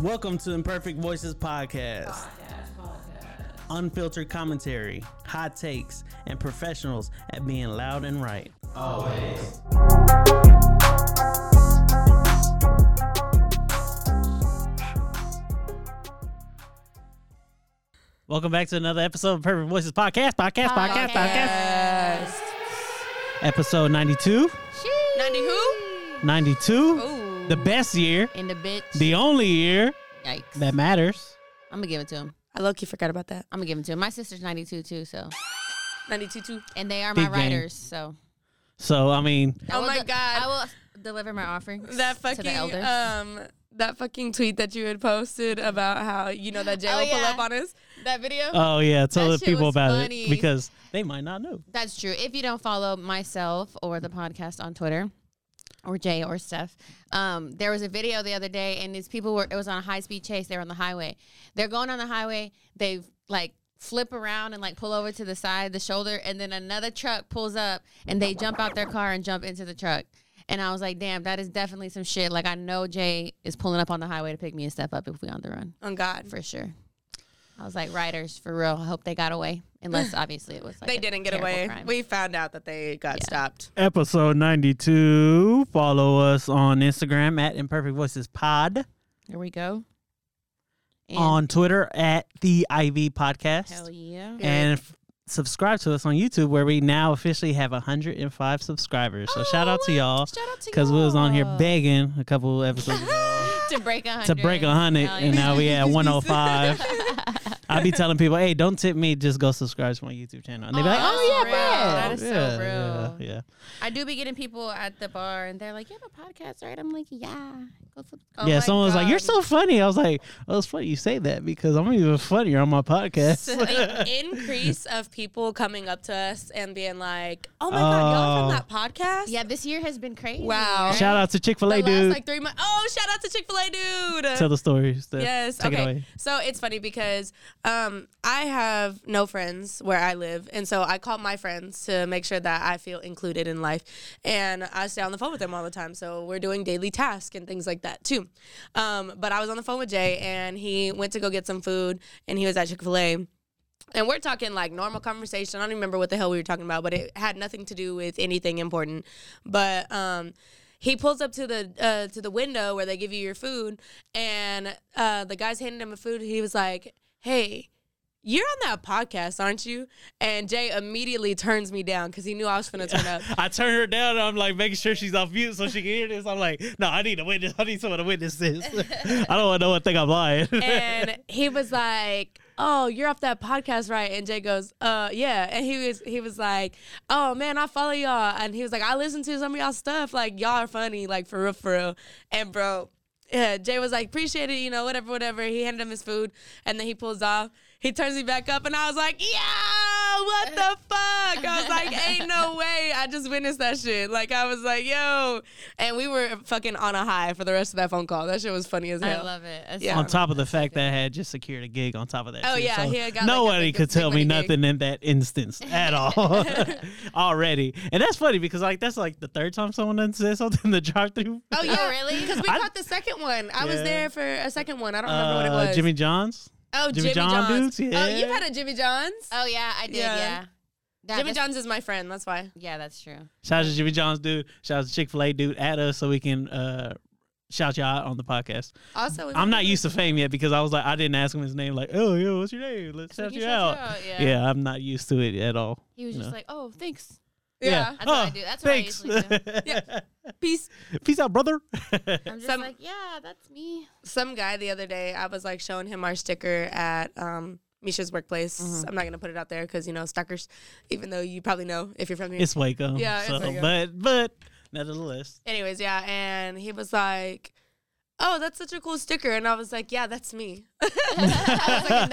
Welcome to Imperfect Voices Podcast. Unfiltered commentary, hot takes, and professionals at being loud and right. Always. Welcome back to another episode of Perfect Voices Podcast, podcast, podcast, podcast. Episode 92, 90 who? 92, the best year, In the bitch. the only year Yikes. that matters. I'm going to give it to him. I low key forgot about that. I'm going to give it to him. My sister's 92 too, so. 92 too. And they are Big my game. writers, so. So, I mean, I Oh will my de- God. I will deliver my offerings That to fucking the elders. um that fucking tweet that you had posted about how you know that Jay Oh, will pull yeah. up on us. that video? Oh yeah, tell the That shit people was about it funny. because they might not know. That's true. If you don't follow myself or the podcast on Twitter or Jay or Steph, um, there was a video the other day, and these people were, it was on a high speed chase. They were on the highway. They're going on the highway. They like flip around and like pull over to the side, the shoulder, and then another truck pulls up and they jump out their car and jump into the truck. And I was like, damn, that is definitely some shit. Like, I know Jay is pulling up on the highway to pick me and Steph up if we on the run On Oh, God. for sure. I was like, riders for real. I hope they got away. Unless obviously it was like they a didn't get terrible away. crime. We found out that they got stopped. Episode ninety two. Follow us on Instagram at Imperfect Voices Pod, There we go. And on Twitter at the IV Podcast, hell yeah. and f- subscribe to us on YouTube where we now officially have hundred and five subscribers. So shout out to y'all Oh, Shout out to because we was on here y'all. begging a couple episodes ago to break a hundred. to break hundred, Hell and yeah. now we at one hundred five. I be telling people, hey, don't tip me, just go subscribe to my YouTube channel, and they be like, that's oh yeah, real. bro. That is so yeah, real. Yeah, yeah. I do be getting people at the bar and they're like, "You have a podcast, right?" I'm like, "Yeah." Go flip. Oh yeah, my someone was like, "You're God. so funny." I was like, "Oh, it's funny you say that because I'm even funnier on my podcast." the increase of people coming up to us and being like, "Oh my god, y'all Oh. are from that podcast?" Yeah, this year has been crazy. Wow. right? Shout out to Chick Fil The A, last dude. like three months. Oh, shout out to Chick Fil A, dude. Tell the story. Steph. Yes. Take okay. it away. So it's funny because um, I have no friends where I live, and so I call my friends to make sure that I feel included in life, and I stay on the phone with them all the time. So we're doing daily tasks and things like that too. Um, but I was on the phone with Jay, and he went to go get some food, and he was at Chick Fil A. And we're talking like normal conversation. I don't remember what the hell we were talking about, but it had nothing to do with anything important. But um, he pulls up to the uh, to the window where they give you your food, and uh, the guy's handing him a food. He was like, "Hey, you're on that podcast, aren't you?" And Jay immediately turns me down because he knew I was gonna turn up. I turn her down. And I'm like making sure she's off mute so she can hear this. I'm like, "No, I need a witness. I need someone to witness this. I don't want no one to think I'm lying." and he was like, "Oh, you're off that podcast, right?" And Jay goes, "Uh, yeah." And he was he was like, "Oh man, I follow y'all," and he was like, "I listen to some of y'all stuff. Like y'all are funny, like for real, for real." And bro, yeah, Jay was like, "Appreciate it, you know, whatever, whatever." He handed him his food, and then he pulls off. He turns me back up, and I was like, "Yeah." what the fuck? I was like, ain't no way. I just witnessed that shit. Like, I was like, yo. And we were fucking on a high for the rest of that phone call. That shit was funny as I hell. love it. That's Yeah. so on top of the fact that I had just secured a gig on top of that. Oh, too. yeah, So he had got, like, a nobody big- could big tell me money gig. nothing in that instance at all already. And that's funny because like that's like the third time someone done said something in the drive through. Oh, yeah. Oh, really? Because we I- caught the second one. I was Yeah. Uh, there for a second one. I don't remember what it was. Jimmy John's. Oh, Jimmy Jimmy, John John's. dudes? Oh, you've Yeah. had a Jimmy John's? Oh yeah, I did. Yeah. Yeah. That- Jimmy that's- John's is my friend. Uh, That's why. Yeah, that's true. Shout out to Jimmy John's dude. Shout out to Chick Fil A dude at us so we can uh, shout y'all out on the podcast. Also, I'm not used to fame yet because I was like I didn't ask him his name. Like oh yo, what's your name? Let's So shout you you, shout out. you out, yeah. yeah. I'm not used to it at all. He was you just know. like, "Oh, thanks." Yeah. That's what I do. That's what I usually Peace. Peace out, brother. I'm just Some- like, "Yeah, that's me." Some guy the other day, I was like showing him our sticker at um, Misha's workplace. I'm not gonna put it out there because you know stalkers. Even though you probably know if you're from here. it's Waco. Yeah, it's so, Waco. But but nevertheless, Anyways, yeah, and he was like, "Oh, that's such a cool sticker," and I was like, "Yeah, that's me." I was like,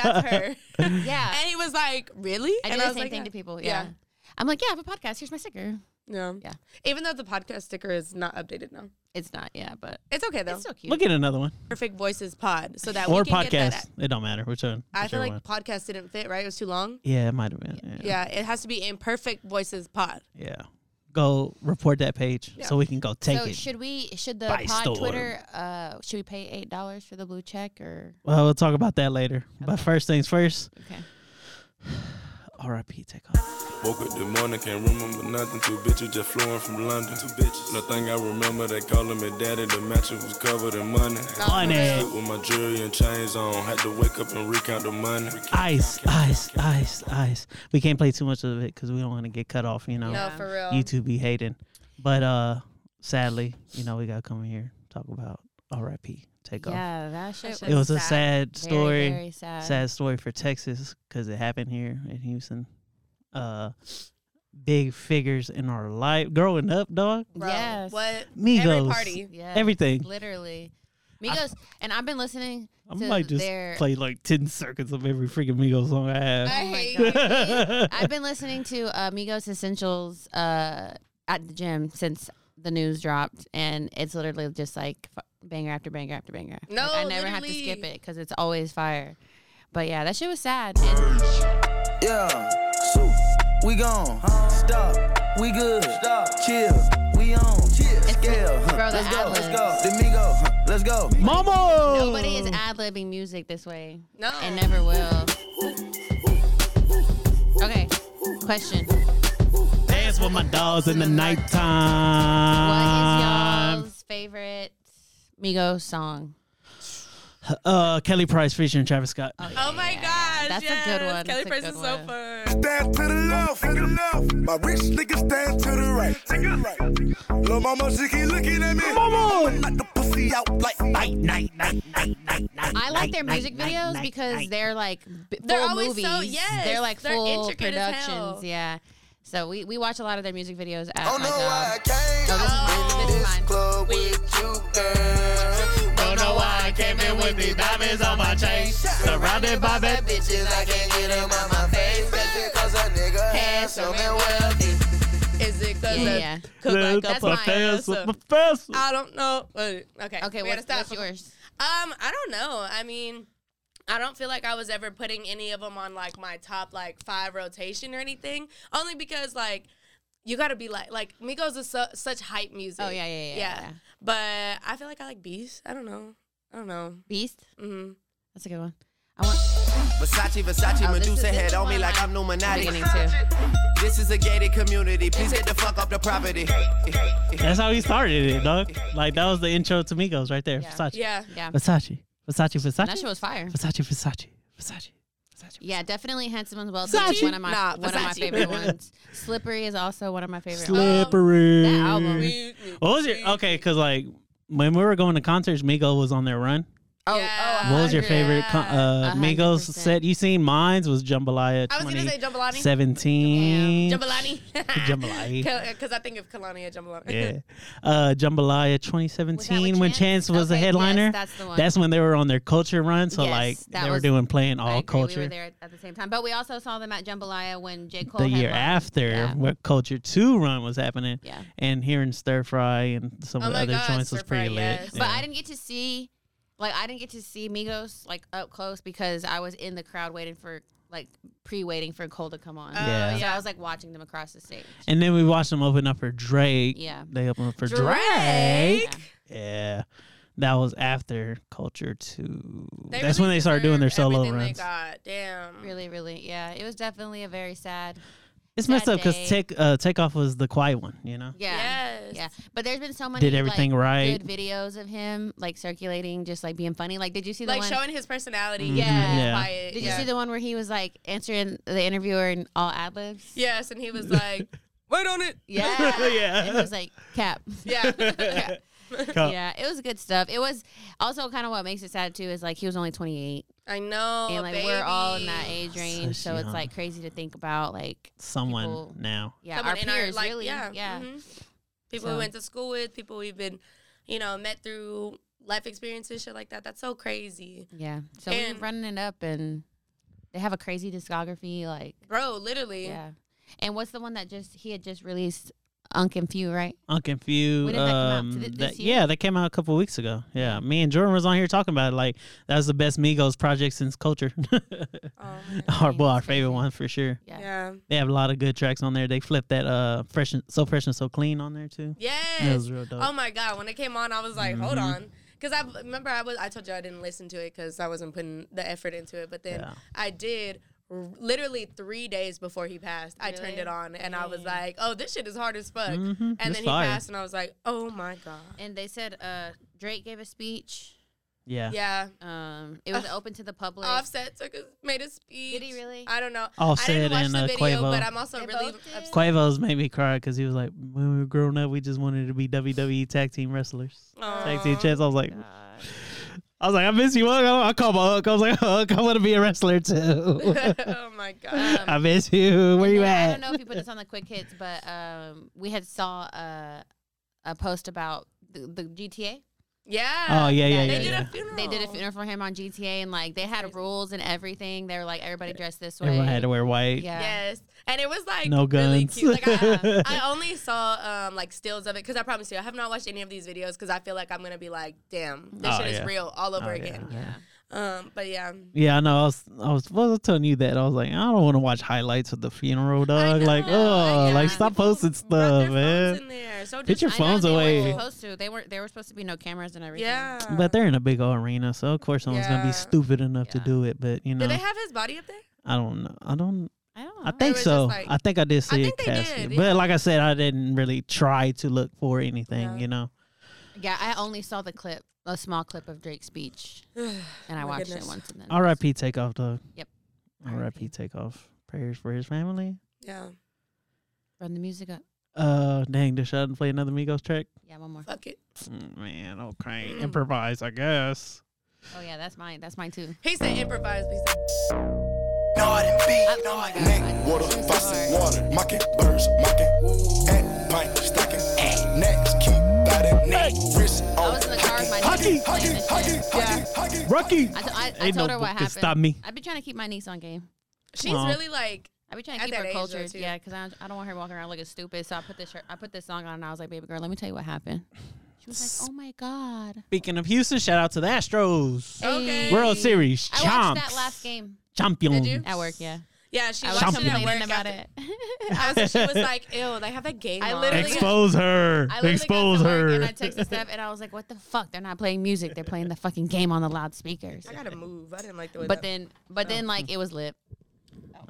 "That's her," Yeah. and he was like, "Really?" I do and the was same like, thing "Yeah." to people. Yeah. Yeah. I'm like, "Yeah, I have a podcast. Here's my sticker." Yeah. Yeah. Even though the podcast sticker is not updated now, It's not. Yeah, but it's okay though. it's still cute. we'll get another one Perfect Voices Pod, so that or we can get that. podcast. It don't matter which one. I feel whichever like one. podcast didn't fit, right? It was too long. yeah, it might have been. Yeah. Yeah, it has to be Imperfect Voices Pod. Yeah. Go report that page so we can go take so it. should we? Should the by pod storm. Twitter? Uh, should we pay eight dollars for the blue check or? well, we'll talk about that later. But first things first. Okay. R.I.P. Take off. Woke up the morning, can't remember nothing. Two bitches just flew in from London. Two bitches. Nothing I remember, they calling me daddy. The mattress was covered in money. Oh, Money, With my jewelry and chains on, had to wake up and recount the money. ice, ice, ice, ice. We can't play too much of it because we don't want to get cut off. You know, No, for real. YouTube be hating. But uh, sadly, you know, we got to come here talk about R.I.P. Take off. Yeah, that shit. shit it was was a sad very, story. Very sad. sad story for Texas because it happened here in Houston. Uh, big figures in our life growing up, dog. Bro, Yes. What? Migos, Every party. Yeah. everything. Literally. Migos, and I've been listening. I to might just their, play like ten seconds of every freaking Migos song I have. I Oh my hate God. I've been listening to uh, Migos Essentials uh, at the gym since the news dropped, and it's literally just like f- banger after banger after banger. Like, No, I never have to skip literally. it because it's always fire. But yeah, that shit was sad. And Yeah, so we gone. Stop, we good. Stop, chill, we on. Chill, scale. huh. Bro, the let's go, let's go. ad-libs. Domingo, huh, let's go. Mama, nobody is ad libbing music this way. No. and never will. Okay, question: dance with my dogs in the What is nighttime. y'all's favorite Migos song? Uh, Kelly Price featuring Travis Scott. Oh my gosh. That's a yes. good one. Kelly That's a Price good is so one. fun. stand to the left. My rich nigga stand to the right. Lil' mama, she keep looking at me. Mama, knock the pussy out like night, night, night, night, night, night. I like their music videos because they're like b- They're full always movies. so- yes, they're like they're full intricate as hell. productions. Yeah. So we, we watch a lot of their music videos at Don't my know job. why I came No, this is mine. out Oh, This is mine. club with you, girl. Don't know why I came in with these diamonds on my chain, surrounded by bad bitches, I can't get them out my face. That's because a nigga handsome and wealthy. Is it because Yeah, of yeah. Cook Like a That's mine. Professor? Professor. I don't know. Wait, Okay. Okay, we what, gotta stop. what's yours? Um, I don't know. I mean, I don't feel like I was ever putting any of them on like my top like five rotation or anything. Only because like you gotta be like like Migos is su- such hype music. Oh, yeah, yeah, yeah, yeah. But I feel like I like Beast. I don't know. I don't know. Beast? Mm-hmm. That's a good one. I want Versace, Versace, Oh, this is- Medusa this is head on me one like I- I'm Numinati. beginning too. This is a gated community. Please get the fuck off the property. That's how he started it, dog. Like that was the intro to Migos right there. Yeah. Versace. Yeah. Yeah. Versace. Versace. That shit Versace. was fire. Versace. Versace. Versace. Yeah, definitely Handsome and Well Versace? is one of my Nah, one of my Versace. favorite ones. Slippery is also one of my favorite. Slippery. that album. We- Oh, What was your okay? Because like when we were going to concerts, Migo was on their run. Oh, Yeah. oh, What was your favorite co- A uh, hundred Migos percent. set? You seen mine's was Jambalaya I was gonna say Jambalani. 2017. Jambalani. Jambalaya. Because I think of Kalani at Jambalani. yeah. Uh, Jambalaya 2017 when Chance, was the Okay, yes, headliner. that's the one. when they were on their culture run. So Yes, like that they were was- doing playing all I agree, culture We were there at- at the same time, but we also saw them at Jambalaya when J Cole the year headlined. after Yeah. where culture 2 run was happening. Yeah. And hearing Stir Fry and some Oh of the my other God, joints was Stir Fry, pretty lit. yes. Yeah. But I didn't get to see, like, I didn't get to see Migos like up close because I was in the crowd waiting for, like, pre-waiting for Cole to come on. Oh, Yeah. So I was like watching them across the stage. and then we watched them open up for Drake. Yeah. They opened up for Drake. Yeah. That was after Culture 2. They That's really when they started doing their deserve solo everything runs. They got. Damn. Really, really, yeah. It was definitely a very sad. It's messed Sad up because day. take, uh, Takeoff was the quiet one, you know? Yeah. Yes. Yeah, but there's been so many Did everything like, right. Good videos of him like circulating, just like being funny. Like, did you see the Like one? showing his personality. Yeah. he's Mm-hmm. Yeah. Quiet. did yeah. you see the one where he was like answering the interviewer in all ad libs? Yes, and he was like, "Wait on it." Yeah. Yeah. And he was like, cap. Yeah. Cup. Yeah, it was good stuff. It was also kind of what makes it sad too is like he was only 28, I know. and like baby. we're all in that age range, so young. it's like crazy to think about like Someone people- now. yeah, Someone our in peers like, really, yeah, mm-hmm. mhm. People we So- went to school with, people we've been, you know, met through life experiences, shit like that. That's so crazy, yeah. So we And- we're running it up, and they have a crazy discography, like bro. Literally. yeah. And what's the one that just he had just released? Unk and Few, right? Unconfused. When did that come out? Um, Th- that- this year? yeah, that came out a couple weeks ago. Yeah, me and Jordan was on here talking about it. Like that was the best Migos project since Culture. Oh, our well, our that's crazy. favorite one for sure. Yeah. yeah. They have a lot of good tracks on there. They flipped that uh fresh and, so fresh and so clean on there too. Yes. That was real dope. Mm-hmm. Oh my god, when it came on, I was like, hold on, because I remember I was I told you I didn't listen to it because I wasn't putting the effort into it, but then Yeah. I did. r- Literally three days before he passed, I turned it on and I was like, "Oh, this shit is hard as fuck." And then It's he Mm-hmm. fire. passed, and I was like, "Oh my god." And they said uh, Drake gave a speech. Yeah. Yeah, Um, it was open to the public. Offset took a, made a speech. Did he really? I don't know. I Offset didn't watch and, the uh, video, Quavo. but I'm also They really both did? upset. Quavo's made me cry because he was like, when we were growing up, we just wanted to be WWE tag team wrestlers. Tag team champs. I was like, I was like, I miss you. Hug. I called my Hulk. I was like, Hulk, I want to be a wrestler too. oh my god. I miss you. Where you Yeah, at? I don't know if you put this on the quick hits, but um, we had saw a, a post about the, the GTA. Yeah. Oh yeah, yeah, yeah. They did yeah. a funeral. They did a funeral for him on GTA, and like they had rules and everything. They were like everybody dressed this way. Everyone had to wear white. yeah. Yes, and it was like No really guns. cute. Like I, I only saw um, like stills of it because I promise you, I have not watched any of these videos because I feel like I'm gonna be like, damn, this Oh, shit yeah. is real all over Oh, yeah, again. yeah. Um, but yeah, Yeah, I know. I was, I was, well, I was telling you that. I was like, I don't want to watch highlights of the funeral, dog. know, Like, I oh, know. like stop People posting brought their stuff, phones man. in there. So Get your I know, phones they away. Weren't supposed to. They were. There were supposed to be no cameras and everything. Yeah. But they're in a big old arena, so of course someone's gonna Yeah. be stupid enough to Yeah. do it. But you know, did they have his body up there? I don't know. I don't. I don't know. I think was so. just like- I think I did see think it, they casket. did, yeah. But like I said, I didn't really try to look for anything. You know, yeah, I only saw the clip, a small clip of Drake's speech, and I watched goodness. it once. And then R.I.P. Takeoff, dog. Yep. R.I.P. Takeoff. Prayers for his family. Yeah, Run the music up. Uh, dang, did I play another Migos track? Yeah, one more. fuck it. Mm, Man, okay, Mm. improvise, I guess. Oh yeah, that's mine. That's mine too. He said improvise. But he said Neck, water, faucet, water, mocking, birds, mocking, at pint, stocking, necks, keep by the neck, wrist I on. was in the car with my Hockey, niece playing this shit. Rocky. I, t- I, I Ain't told no her book what can happened. stop me. I've been trying to keep my niece on game. she's Aw. really like I've been trying to At keep that her age, though, cultured. too. Yeah, because I, don't- I don't want her walking around looking stupid. So I put this shirt, I put this song on, and I was like, "Baby girl, let me tell you what happened." She was like, "Oh my god." Speaking of Houston, shout out to the Astros. okay. World Series I champs. watched that last game Champions. you? at work. Yeah, Yeah, she I was was Champions. complaining complaining work about about it. I was, she was like, "Ew, they have that game." I on." literally- Expose her. I literally Expose got to work her. and I texted Steph, and I was like, "What the fuck? They're not playing music. They're playing the fucking game on the loudspeakers." I gotta move. I didn't like the way. But that- then, but then, like it was lit.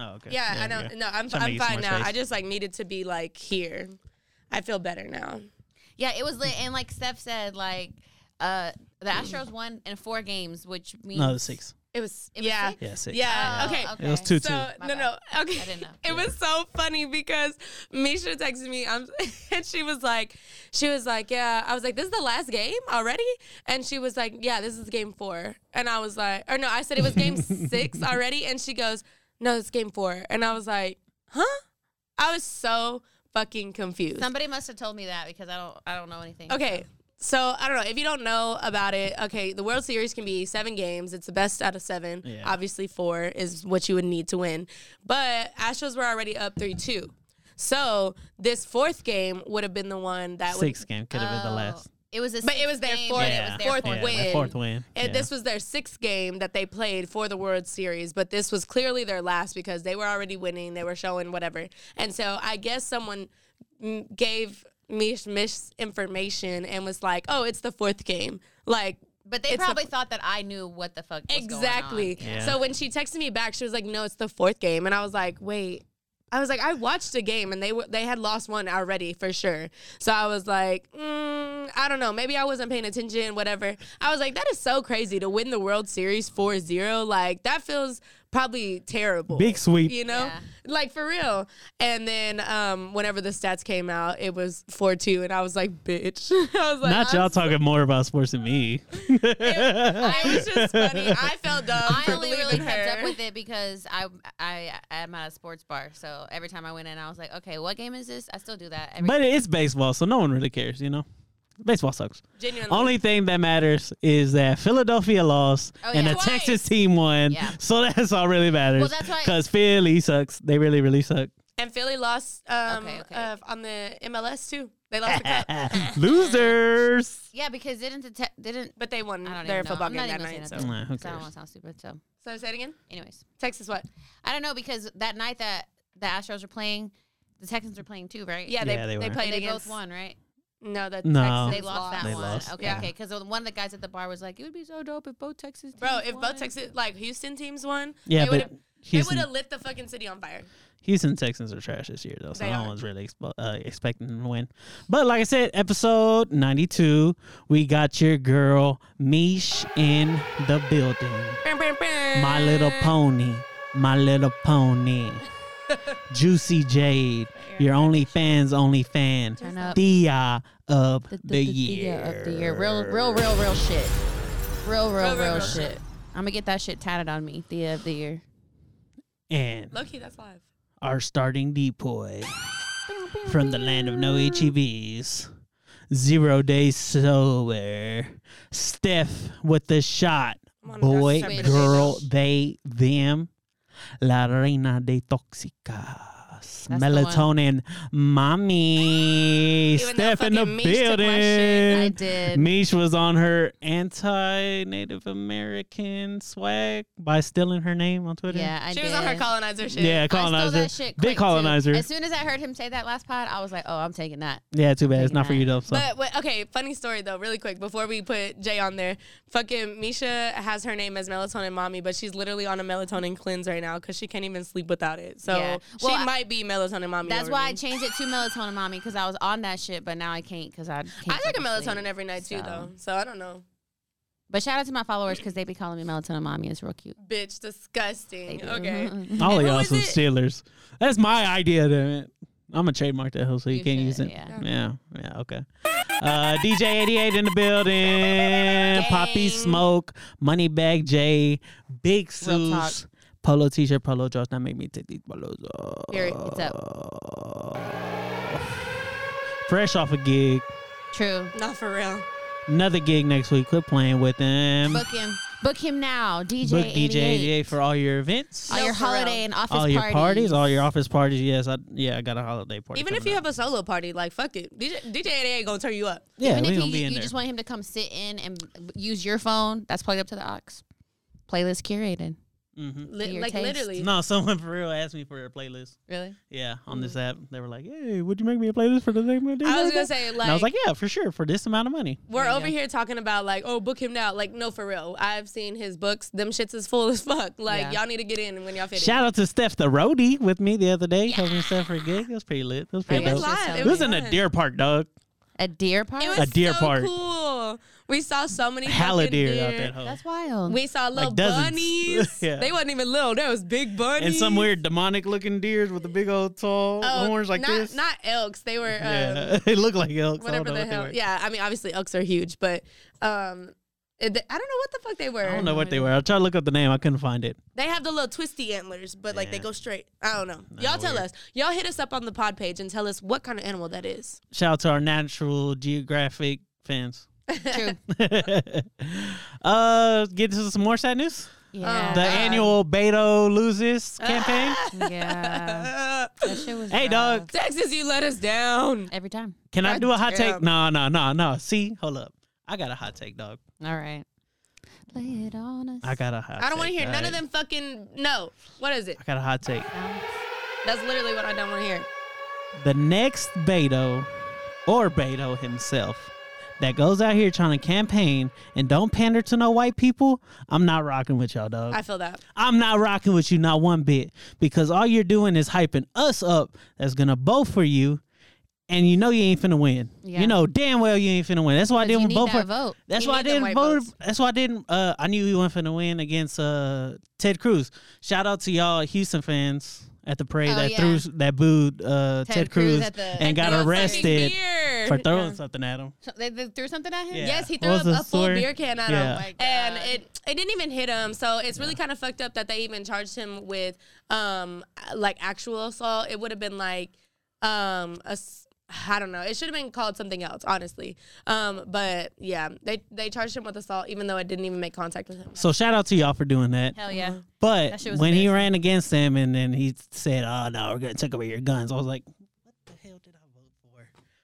Oh, okay. Yeah, I There know. you go. No, I'm, Trying to I'm get some fine more now. space. I just like needed to be like here. I feel better now. Yeah, it was lit. And like Steph said, like uh the Astros won in four games, which means no the six. It was, It was yeah. six? Yeah, six. Yeah. Oh, okay. okay. It was two two. So My no, no. Okay. I didn't know. It was so funny because Misha texted me, um, and she was like, she was like, yeah. I was like, this is the last game already, and she was like, yeah, this is game four, and I was like, or no, I said it was game six already, and she goes, no, it's game four, and I was like, huh? I was so fucking confused. Somebody must have told me that because I don't I don't know anything. Okay. So I don't know if you don't know about it. Okay, the World Series can be seven games. It's the best out of seven. Yeah. Obviously, four is what you would need to win. But Astros were already up three two, so this fourth game would have been the one that would. Sixth game could have Oh. been the last. It was a But it was their fourth, Yeah. It was their fourth, fourth win. their fourth win. And yeah. this was their sixth game that they played for the World Series, but this was clearly their last because they were already winning. They were showing whatever. And so I guess someone mm, gave Mish misinformation and was like, oh, it's the fourth game. Like, But they it's the- probably thought that I knew what the fuck was going on. Exactly. Yeah. So when she texted me back, she was like, "No, it's the fourth game," and I was like, "Wait." I was like, I watched a game and they were they had lost one already for sure. So I was like, mm, I don't know, maybe I wasn't paying attention, whatever. I was like, that is so crazy to win the World Series 4-0. Like that feels probably terrible. Big sweep. You know? Yeah. Like for real. And then um, whenever the stats came out, it was 4-2 and I was like, bitch. I was like, Not I'm y'all talking more about sports than me. I was just funny. I felt dumb. I for only really believing kept her. up with it because I I am at a sports bar, so every time I went in, I was like, okay, what game is this? I still do that. Every But it's baseball, so no one really cares, you know? Baseball sucks. Genuinely. Only thing that matters is that Philadelphia lost Oh, and yeah. the Twice. Texas team won. Yeah. So that's all really matters. Well, that's why- Because Philly sucks. They really, really suck. And Philly lost um, Okay, okay. Uh, on the MLS too. They lost the cup, Losers. yeah, because didn't the te- didn't but they won I don't their even know. football I'm game not that even night. gonna say So. nothing. Nah, who 'cause I don't cares? want to sound stupid. So, so say it again. anyways, Texas what? I don't know because that night that the Astros were playing, the Texans were playing too, right? Yeah, they Yeah, they they, were. played they against both won, right? No, the No. Texans They lost that They one. lost, Okay, yeah. okay. Because one of the guys at the bar was like, "It would be so dope if both Texas." Bro, teams if won." both Texas like Houston teams won, Yeah, they but would have they would Houston, have lit the fucking city on fire. Houston Texans are trash this year, though. So They no are. one's really expo- uh, expecting them to win. But like I said, episode 92, we got your girl, Mish, in the building. My Little Pony, My Little Pony, Juicy Jade, your only fans, only fan, Turn up. Dia of the, the year year. of the year. Real, real, real, real shit. Real, real, real, shit. I'm gonna get that shit tatted on me. The year of the year. And Low key, that's live. our starting depoy from the land of no HEBs, zero days sober, Steph with the shot, on, boy, Steph. girl, they, them, La Reina de Toxicas, the melatonin, mommy, Even though Steph in the fucking Mish took my shit. building. I did. Mish was on her anti Native American swag by stealing her name on Twitter. Yeah, I She did. was on her colonizer shit. Yeah, I colonizer. stole that shit quick, Big too. colonizer. As soon as I heard him say that last pod, I was like, "Oh, I'm taking that." Yeah, too bad. It's not for taking you though. So But wait, okay, funny story though, really quick before we put Jay on there. Fucking Misha has her name as melatonin mommy, but she's literally on a melatonin cleanse right now because she can't even sleep without it. So Yeah. Well, she I- might be melatonin mommy. That's over why I me. changed it to melatonin, mommy, because I was on that shit, but now I can't because I. Can't I take a fucking melatonin sleep. every night too so. though, so I don't know. But shout out to my followers because they be calling me melatonin, mommy. It's real cute. Bitch, disgusting. Okay. all of who y'all is some it? Steelers. That's my idea. Damn it. I'm gonna trademark that hoe so you, You can't should, use it. yeah. yeah, yeah, okay. Uh, DJ 88 in the building. Poppy Smoke, Moneybag J, Big Real talk. Seuss, Polo T-shirt, Polo Josh. Now make me take these polos off. Period. It's up. Fresh off a gig, True. Not for real. another gig next week. Quit playing with them. Book him. Book him now. DJ. Book DJ 88. 88 for all your events. all No, your for real. holiday and office all your parties. all your office parties. Yes, I yeah, I got a holiday party. Even if coming you up. have a solo party, like fuck it. DJ DJ 88 gonna turn you up. yeah, Even we if gonna you, be in you there. just want him to come sit in and b- use your phone, that's plugged up to the aux. Playlist curated. Li- Mm. your like taste. literally. no, someone for real asked me for a playlist. Really? Yeah, on this app, they were like, "Hey, would you make me a playlist for the name of the Mm. I was day?" gonna say like, And I was like, "Yeah, for sure, for this amount of money." we're over here talking about like, oh, book him now. Like, no, for real. I've seen his books. Them shits is full as fuck. Like, Yeah. y'all need to get in when y'all fit Shout out to Steph the roadie with me the other day, covering Steph for a gig. That was pretty lit. That was pretty in. It was dope. live. It It was was in a fun. deer park, dog. a deer park? It was A deer so park. cool. We saw so many Hella fucking deer out deer. that hoe. That's wild. We saw little dozens. bunnies. Yeah. They wasn't even little. There was big bunnies. and some weird demonic looking deers with the big old tall Oh, horns like not, this. Not elks. They were um, yeah, they look like elks. I don't whatever know the what they hell. were. Yeah, I mean, obviously elks are huge, but um, it, I don't know what the fuck they were. I don't know what they were. I tried to look up the name. I couldn't find it. They have the little twisty antlers, but like they Yeah. go straight. I don't know. Y'all tell us. Y'all hit us up on the pod page and tell us what kind of animal that is. Shout out to our Natural Geographic fans. True. uh, get to some more sad news. Yeah. Um, The Uh-huh. annual Beto loses campaign. Oh. yeah. That shit was Hey, rough. dog. Texas, you let us down. Every time. Can I do a hot take? Goddamn. No, no, no, no. See, hold up. I got a hot take, dog. All right. Play it on us. I got a hot. I don't want to take, hear none guys. of them fucking. No. What is it? I got a hot take. That's literally what I don't want to hear. the next Beto or Beto himself that goes out here trying to campaign and don't pander to no white people, I'm not rocking with y'all, dog. I feel that. I'm not rocking with you not one bit because all you're doing is hyping us up that's gonna vote for you, and you know you ain't finna win. Yeah. You know damn well you ain't finna win. That's why I 'Cause you didn't need vote that for. vote. That's You why I need didn't them white vote. votes. That's why I didn't. Uh, I knew you weren't finna win against uh, Ted Cruz. Shout out to y'all Houston fans at the parade Oh, that yeah. threw that booed uh, Ted, Ted Cruz, Cruz at the- and got Throwing arrested fucking beer. for throwing something at him. So they, they threw something at him? Yeah. Yes, he What threw was up the a full story? beer can at Yeah. him, Oh my and it it didn't even hit him. So it's really kind of fucked up that they even charged him with um like actual assault. It would have been like um a s- I don't know. It should have been called something else, honestly. Um, but yeah, they they charged him with assault, even though it didn't even make contact with him. So shout out to y'all for doing that. Hell yeah. Uh-huh. But shit when was he embarrassing. ran against him and then he said, "Oh no, we're gonna take away your guns," I was like,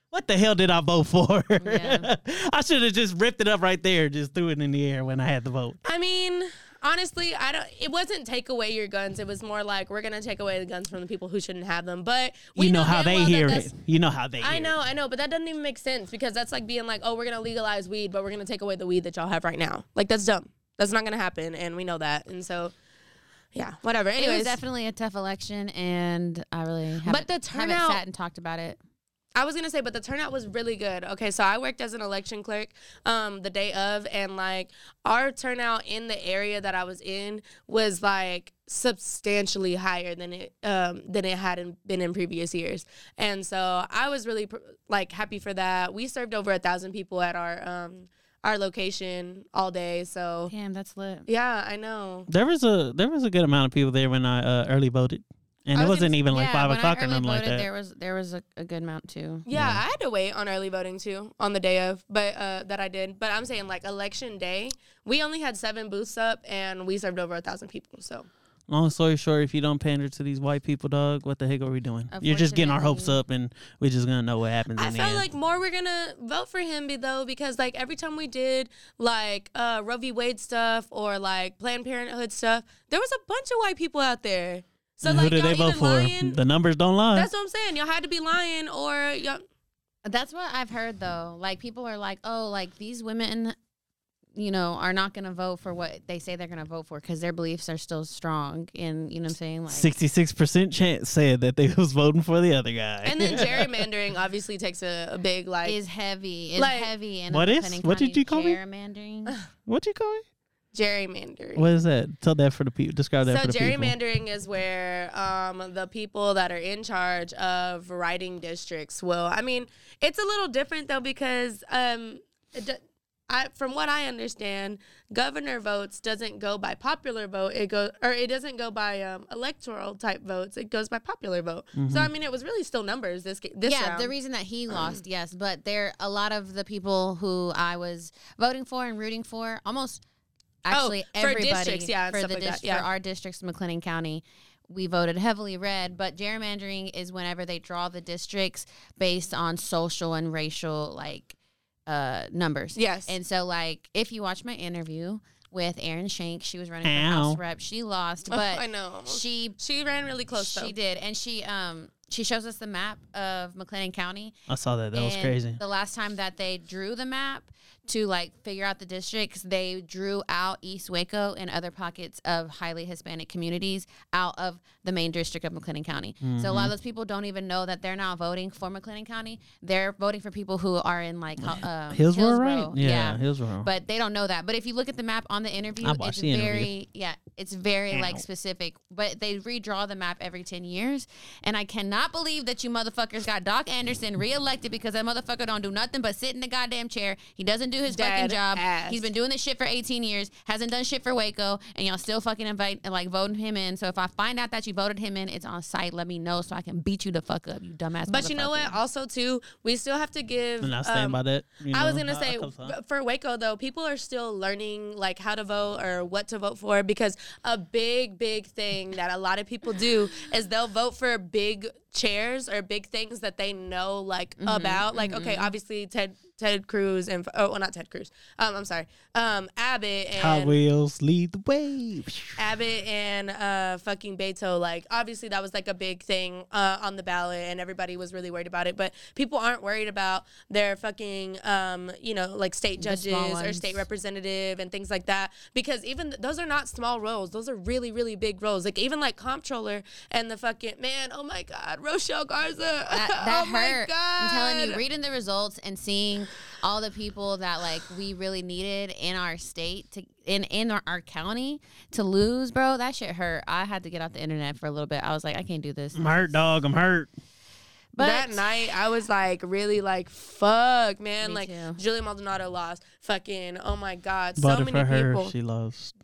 "What the hell did I vote for? What the hell did I Yeah. vote for? I should have just ripped it up right there, just threw it in the air when I had the vote." I mean, honestly, I don't. It wasn't take away your guns. It was more like we're gonna take away the guns from the people who shouldn't have them. But we you know, how damn they well that hear that's- it. You know how they. I hear know, It. I know, but that doesn't even make sense because that's like being like, oh, we're gonna legalize weed, but we're gonna take away the weed that y'all have right now. Like that's dumb. That's not gonna happen, and we know that. And so, yeah, whatever. It was Anyways, definitely a tough election, and I really haven't, the haven't turnout- sat and talked about it. I was gonna say, but the turnout was really good. Okay, so I worked as an election clerk um, the day of, and like our turnout in the area that I was in was like substantially higher than it um, than it had in, been in previous years, and so I was really pr- like happy for that. We served over a thousand people at our um, our location all day, so Damn, that's lit. yeah, I know. There was a there was a good amount of people there when I uh, early voted, and I it was wasn't gonna- even like Yeah, five when I o'clock or early nothing like voted, that. There was there was a, a good amount too. Yeah, I had to wait on early voting too on the day of, but uh, that I did. But I'm saying like election day, we only had seven booths up and we served over a thousand people. So Long story short, if you don't pander to these white people, dog, what the heck are we doing? You're just getting our hopes up, and we're just gonna know what happens. I in the felt end. like more we're gonna vote for him be- though because like every time we did like uh, Roe v. Wade stuff or like Planned Parenthood stuff, there was a bunch of white people out there. So And like who y'all did they vote even for? lying. The numbers don't lie. That's what I'm saying. Y'all had to be lying or y'all. That's what I've heard though. Like people are like, oh, like these women, you know, are not going to vote for what they say they're going to vote for because their beliefs are still strong. And you know what I'm saying? Like, Sixty-six percent chance said that they was voting for the other guy. And then gerrymandering obviously takes a, a big like is heavy. Is Like- heavy. And What is? upsetting What did Connie you call me? gerrymandering? what you call it? gerrymandering. What is that? Tell that for the people. Describe that so for the people. gerrymandering is where um, the people that are in charge of writing districts will i mean it's a little different though because um, it do- I, from what i understand governor votes doesn't go by popular vote it goes or it doesn't go by um, electoral type votes it goes by popular vote Mm-hmm. so i mean it was really still numbers this ga- this yeah, round. the reason that he lost, yes, but there a lot of the people who I was voting for and rooting for, almost actually Oh, for everybody districts, yeah, and for stuff the like that, dist- yeah. for our districts, McLennan County, we voted heavily red. But gerrymandering is whenever they draw the districts based on social and racial like uh numbers. Yes. and so like if you watch my interview. With Erin Shank, she was running for Ow. House Rep. She lost, but I know. she she ran really close she though did, and she um she shows us the map of McLennan County. I saw that. That was And crazy. The last time that they drew the map to like figure out the districts, they drew out East Waco and other pockets of highly Hispanic communities out of the main district of McLennan County. So a Mm-hmm. lot of those people don't even know that they're not voting for McLennan County. They're voting for people who are in like ho- um, Hillsborough, Hillsborough, right? Yeah, Hillsborough. But they don't know that. But if you look at the map on the interview, I it's watched the very interview. yeah, it's very Mm. like specific. But they redraw the map every ten years, and I cannot believe that you motherfuckers got Doc Anderson reelected because that motherfucker don't do nothing but sit in the goddamn chair. He doesn't do his fucking Dead job. ass. He's been doing this shit for eighteen years, hasn't done shit for Waco, and y'all still fucking invite like voting him in. So if I find out that you voted him in, it's on site. Let me know so I can beat you the fuck up, you dumbass. But you know what? motherfucker. Also, too, we still have to give. and I stand um, by that. you I was know? gonna say come from- b- for Waco though, people are still learning like how to vote or what to vote for because a big, big thing that a lot of people do is they'll vote for big chairs or big things that they know like about. Like okay, obviously Ted Ted Cruz and oh well not Ted Cruz. Um, I'm sorry. Um, Abbott and Hot Wheels lead the way. Abbott and uh, fucking Beto, like obviously that was like a big thing uh, on the ballot, and everybody was really worried about it. But people aren't worried about their fucking, um, you know, like state judges small or ones. state representative and things like that, because even th- those are not small roles; those are really, really big roles. Like even like comptroller and the fucking man. Oh my god, Rochelle Garza. that, that oh hurt. my god. I'm telling you, reading the results and seeing all the people that like we really needed in our state to in in our, our county to lose, bro. That shit hurt. I had to get off the internet for a little bit. I was like, I can't do this. I'm hurt, dog. I'm hurt. But that night, I was like, really, like, fuck, man. Me like, too. Julia Maldonado lost. Fucking, oh my God. Voted so many for her. people. She lost.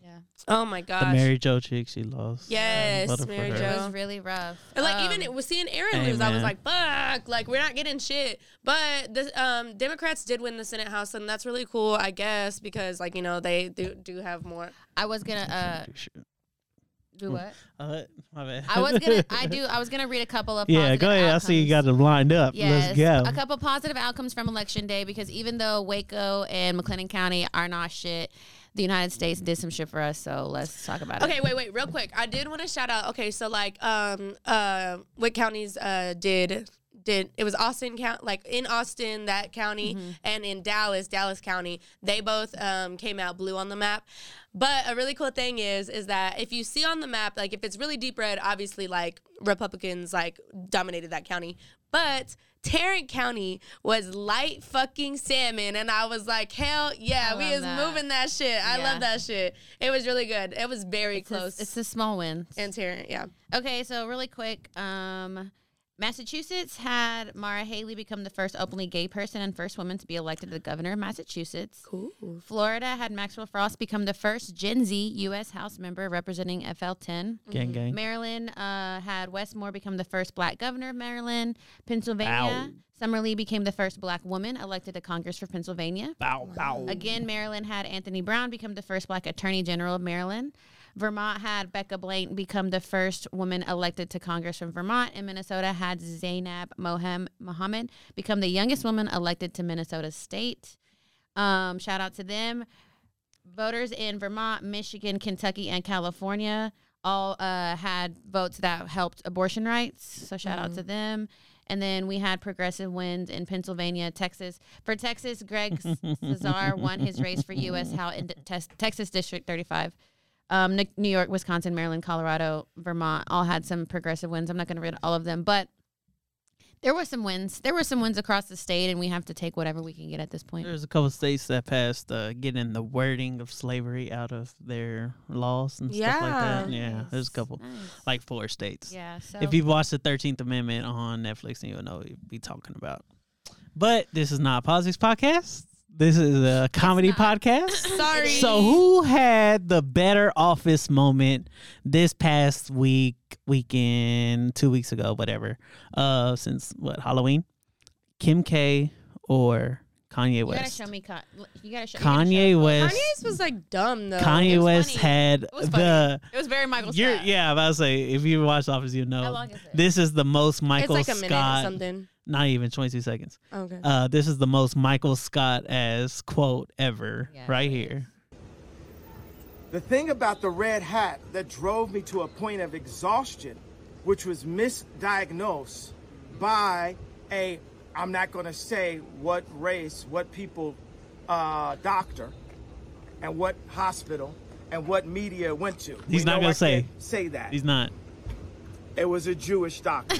oh my The gosh. Mary Jo chick. She lost. Yes, Voted for Mary her. it Jo. was really rough. And like Um, even it was seeing Aaron hey, lose, I was man. like, "Fuck!" Like we're not getting shit. But the um, Democrats did win the Senate House, and that's really cool, I guess, because like you know they do, do have more. I was gonna uh, do what? Uh, my bad. I was gonna. I do. I was gonna read a couple of. yeah, positive go ahead. I see you outcomes. got them lined up. Let's Yes, go. a couple positive outcomes from election day because even though Waco and McLennan County are not shit, the United States did some shit for us. So let's talk about it. Okay, wait, wait, real quick. I did want to shout out. Okay, so like um uh, what counties uh did did it was Austin count like in Austin that county Mm-hmm. and in Dallas Dallas County they both um came out blue on the map. But a really cool thing is is that if you see on the map like if it's really deep red, obviously like Republicans like dominated that county, but. Tarrant County was light fucking salmon, and I was like, "Hell yeah, I we love is that. moving that shit." I Yeah. love that shit. It was really good. It was very It's a- close. It's a small win. And Tarrant, yeah. Okay, so really quick, um, Massachusetts had Mara Haley become the first openly gay person and first woman to be elected the governor of Massachusetts. Cool. Florida had Maxwell Frost become the first Gen Z U.S. House member representing FL10. gang, gang. Maryland uh, had Westmore become the first black governor of Maryland. Pennsylvania, Summer Lee became the first black woman elected to Congress for Pennsylvania. Bow, bow. Again, Maryland had Anthony Brown become the first black attorney general of Maryland. Vermont had Becca Blaine become the first woman elected to Congress from Vermont. And Minnesota had Zainab Mohem Mohammed become the youngest woman elected to Minnesota State. Um, shout out to them. Voters in Vermont, Michigan, Kentucky, and California all uh, had votes that helped abortion rights. So shout out to them. And then we had progressive wins in Pennsylvania, Texas. For Texas, Greg S- Cesar won his race for U.S. House in Tex- Texas District 35. Um, Ni- New York, Wisconsin, Maryland, Colorado, Vermont all had some progressive wins. I'm not going to read all of them, but there were some wins. There were some wins across the state, and we have to take whatever we can get at this point. There's a couple states that passed uh, getting the wording of slavery out of their laws and stuff like that. Yeah. Yeah, there's a couple, Nice. like four states. Yeah. So If you've watched the Thirteenth Amendment on Netflix, then you'll know what we be talking about. But this is not a politics podcast. This is a comedy podcast. Sorry. So who had the better office moment this past week, weekend, two weeks ago, whatever? Uh, since what Halloween? Kim K or Kanye you gotta West? show me, Con- you gotta show you gotta show- Kanye West. Kanye's was like dumb though. Kanye It was West funny. had was funny. the. It was very Michael You're, Scott. yeah, I was about to say if you watch The Office, you know How long is it? this is the most It's Michael like a minute or Scott. something. Not even twenty two seconds. Okay. Uh, this is the most Michael Scott as quote ever Yeah, right it here. The thing about the red hat that drove me to a point of exhaustion which was misdiagnosed by a I'm not going to say what race, what people, uh, doctor, and what hospital, and what media it went to. He's not know gonna I say. can't say that. He's not. It was a Jewish doctor.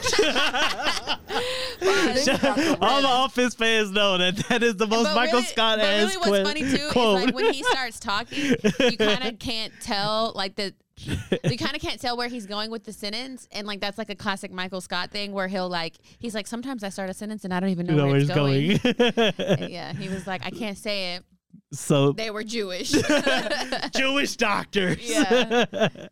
All the office fans know that that is the most But Michael really- Scott but ass really what's quote. funny too quote. is like when he starts talking, you kind of can't tell like the. you kind of can't tell where he's going with the sentence, and like that's like a classic Michael Scott thing where he'll like he's like sometimes I start a sentence and I don't even know You know where where it's he's going. going. yeah, he was like I can't say it. so They were Jewish. yeah, Jewish doctors. that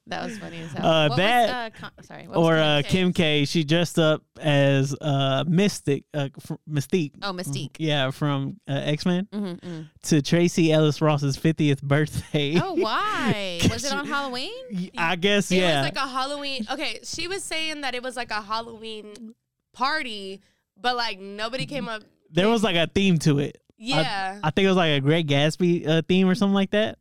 was funny as hell. Uh, What was, that- uh, con- sorry, what was or uh, Kim's? Kim K. She dressed up as uh, Mystic, uh, fr- Mystique. Oh, Mystique. Yeah, from uh, X Men Mhm, mhm. to Tracy Ellis Ross's 50th birthday. Oh, why was it on Halloween? I guess, It yeah. was like a Halloween. Okay, she was saying that it was like a Halloween party, but like nobody came up. there was like a theme to it. I- Yeah, I, think it was like a Great Gatsby uh, theme or something like that.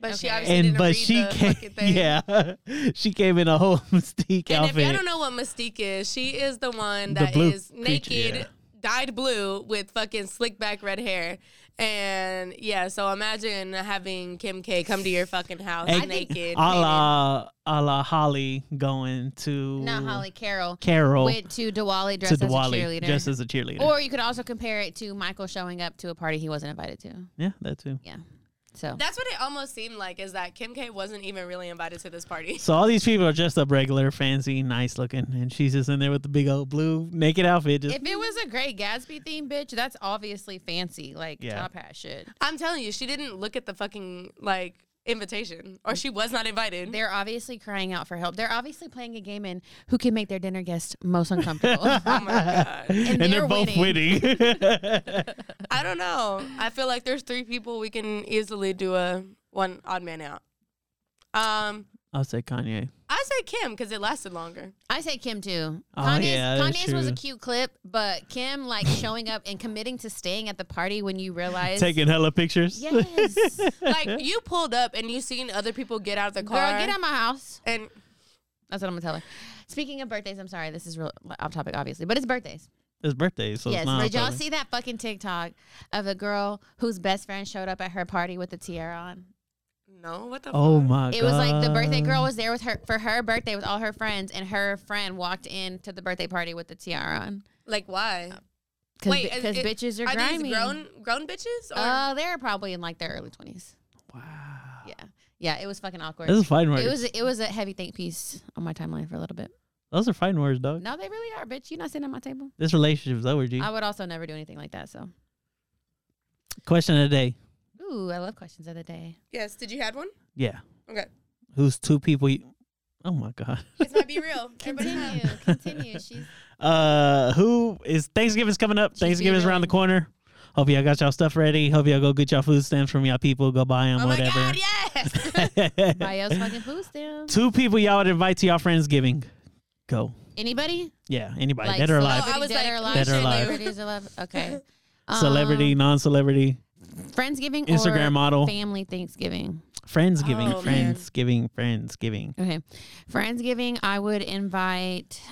but she Okay. obviously And didn't but read she the came, fucking thing. yeah, she came in a whole Mystique And if outfit. y'all don't know what Mystique is, she is the one The that is blue creature, naked, yeah. dyed blue with fucking slick back red hair. And yeah, so imagine having Kim K come to your fucking house And naked. a la a la Holly going to Not Holly Carol. Carol Went to Diwali to dressed as a Diwali cheerleader. just as a cheerleader. Or you could also compare it to Michael showing up to a party he wasn't invited to. yeah, that too. Yeah. So That's what it almost seemed like is that Kim K wasn't even really invited to this party. So all these people are dressed up regular, fancy, nice looking, and she's just in there with the big old blue naked outfit. Just if it was a great Gatsby theme, bitch, that's obviously fancy, like Yeah. top hat shit. I'm telling you, she didn't look at the fucking like invitation or she was not invited. They're obviously crying out for help. They're obviously playing a game in who can make their dinner guest most uncomfortable. Oh my God. and, and they're both winning. I don't know. I feel like there's three people we can easily do a one odd man out. Um, I'll say Kanye. I say Kim because it lasted longer. I say Kim too. Oh, Kanye's, yeah, that's Kanye's was a true. cute clip, but Kim like showing up and committing to staying at the party when you realize Taking hella pictures. Yes. Like you pulled up and you seen other people get out of the Girl, car. get out my house. And That's what I'm gonna tell her. Speaking of birthdays, I'm sorry, this is real off topic, obviously, but it's birthdays. It's birthday, so yes. it's not. Did y'all probably- see that fucking TikTok of a girl whose best friend showed up at her party with a tiara on? no, what the? Oh fuck? my god! It was like the birthday girl was there with her for her birthday with all her friends, and her friend walked in to the birthday party with the tiara on. Like why? Uh, Cause, Wait, because it- bitches are, are grimy. these grown grown bitches? Or? Uh, they're probably in like their early twenties. Wow. Yeah, yeah. It was fucking awkward. This is fighting words. it was it was a heavy think piece on my timeline for a little bit. Those are fighting words, dog. No, they really are, bitch. You're not sitting at my table. This relationship is over, G. I would also never do anything like that. So, Question of the day. ooh, I love questions of the day. yes. Did you had one? Yeah. Okay. Who's two people? You- oh my god. It's not be real. Everybody Continue, have. continue. She's Uh, who is Thanksgiving's coming up? Thanksgiving's around the corner. Hope y'all got y'all stuff ready. Hope y'all go get y'all food stamps from y'all people. Go buy them, Oh my whatever. god! Yes. bios fucking food stamps. Two people y'all would invite to y'all friendsgiving. Go. Anybody? Yeah, anybody dead or alive, I was dead like, or alive. Dead or alive. Celebrities alive. Okay. um, celebrity, non-celebrity, Um, Friendsgiving or Instagram model, family Thanksgiving. friendsgiving, Oh, man. friendsgiving, friendsgiving. Okay. Friendsgiving, I would invite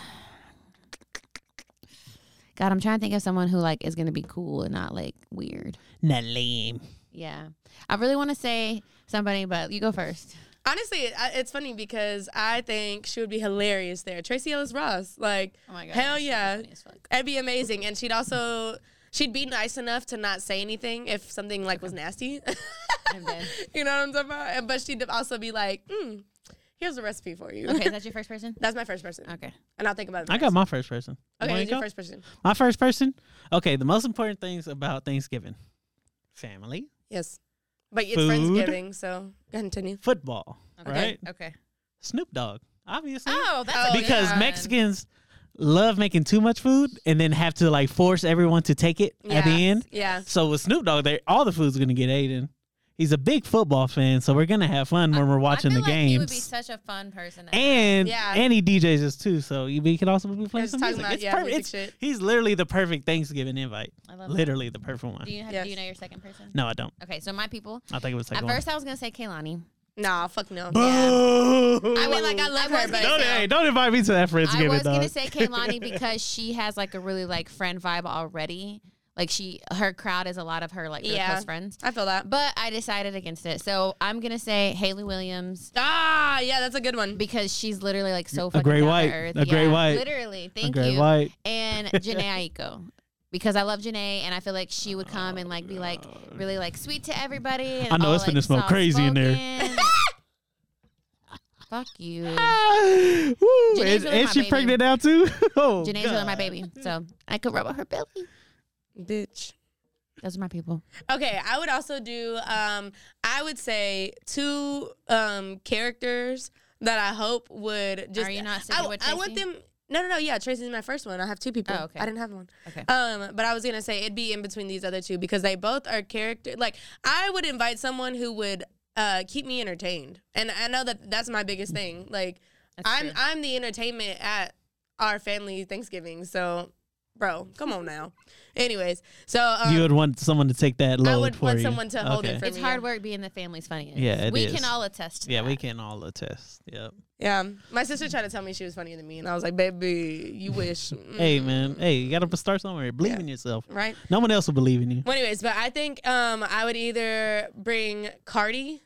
God, I'm trying to think of someone who like is gonna be cool and not like weird. Not lame. Yeah. I really wanna say somebody, but you go first. Honestly, it- I- it's funny because I think she would be hilarious there. Tracy Ellis Ross, like, Oh my God, hell she'd be yeah, funny as fuck. that'd be amazing. And she'd also she'd be nice enough to not say anything if something like was nasty. I'm dead. you know what I'm talking about? And- But she'd also be like, mm, "Here's a recipe for you." Okay, is that your first person? That's my first person. Okay. and I'll think about it. I got my first person. okay. Wanna Who's your go? first person? My first person. Okay, the most important things about Thanksgiving: family, Yes, but it's Food. Friendsgiving, so continue. football, right? Okay. Snoop Dogg, obviously. Oh, that's Oh, a good because one. Mexicans love making too much food and then have to like force everyone to take it at the Yes. end. Yeah. So with Snoop Dogg, they all the food's gonna get eaten. He's a big football fan, so we're gonna have fun when we're watching I feel the like He would be games. such a fun person. to- and Yeah. and he DJs us too, so you we can also be playing It's some talking music. about, it's yeah, perfect. music It's- shit. He's literally the perfect Thanksgiving invite. I love that. Literally the perfect one. do you have, Yes. do you know your second person? no, I don't. Okay, so my people. I think it was the At second first, I was gonna say Kaylani. Nah, fuck no. one. I mean, like I love her, but Don't, hey, don't invite me to that I Friendsgiving, was dog. gonna say Kaylani because she has like a really like friend vibe already. Like she, her crowd is a lot of her like really Yeah. close friends. I feel that. But I decided against it, so I'm gonna say Haley Williams Ah, yeah, that's a good one. because she's literally like so fucking great down to white. earth. A great white. literally. Thank okay, you. like, And Janae Aiko. Because I love Janae, and I feel like she would come and like be like really like sweet to everybody. And I know all, it's like, finna smell crazy in there. soft-spoken. Fuck you. Oh, Woo, Janae's is, really is my she baby. pregnant now too? oh, Janae's really my baby, so I could rub on her belly. Bitch. Those are my people. Okay, I would also do. Um, I would say two um, characters that I hope would just. Are you not sticking I, with I want Tracy? them. No, no, no. Yeah, Tracy's my first one. I have two people. Oh, okay. I didn't have one. Okay. Um, but I was gonna say it'd be in between these other two because they both are character. Like I would invite someone who would uh, keep me entertained, and I know that that's my biggest thing. Like That's I'm, true. I'm the entertainment at our family Thanksgiving. So, bro, come on now. Anyways, so um, you would want someone to take that load I would for want you. someone to hold it Okay. for It's me, hard yeah. work being the family's funniest. Yeah, it we is. can all attest. To Yeah, that. we can all attest. Yep. Mm-hmm. Yeah, my sister tried to tell me she was funnier than me, and I was like, "Baby, you wish." Mm, Hey, man. Hey, you gotta start somewhere. Believe in yourself. Right. No one else will believe in you. Well, anyways, but I think um, I would either bring Cardi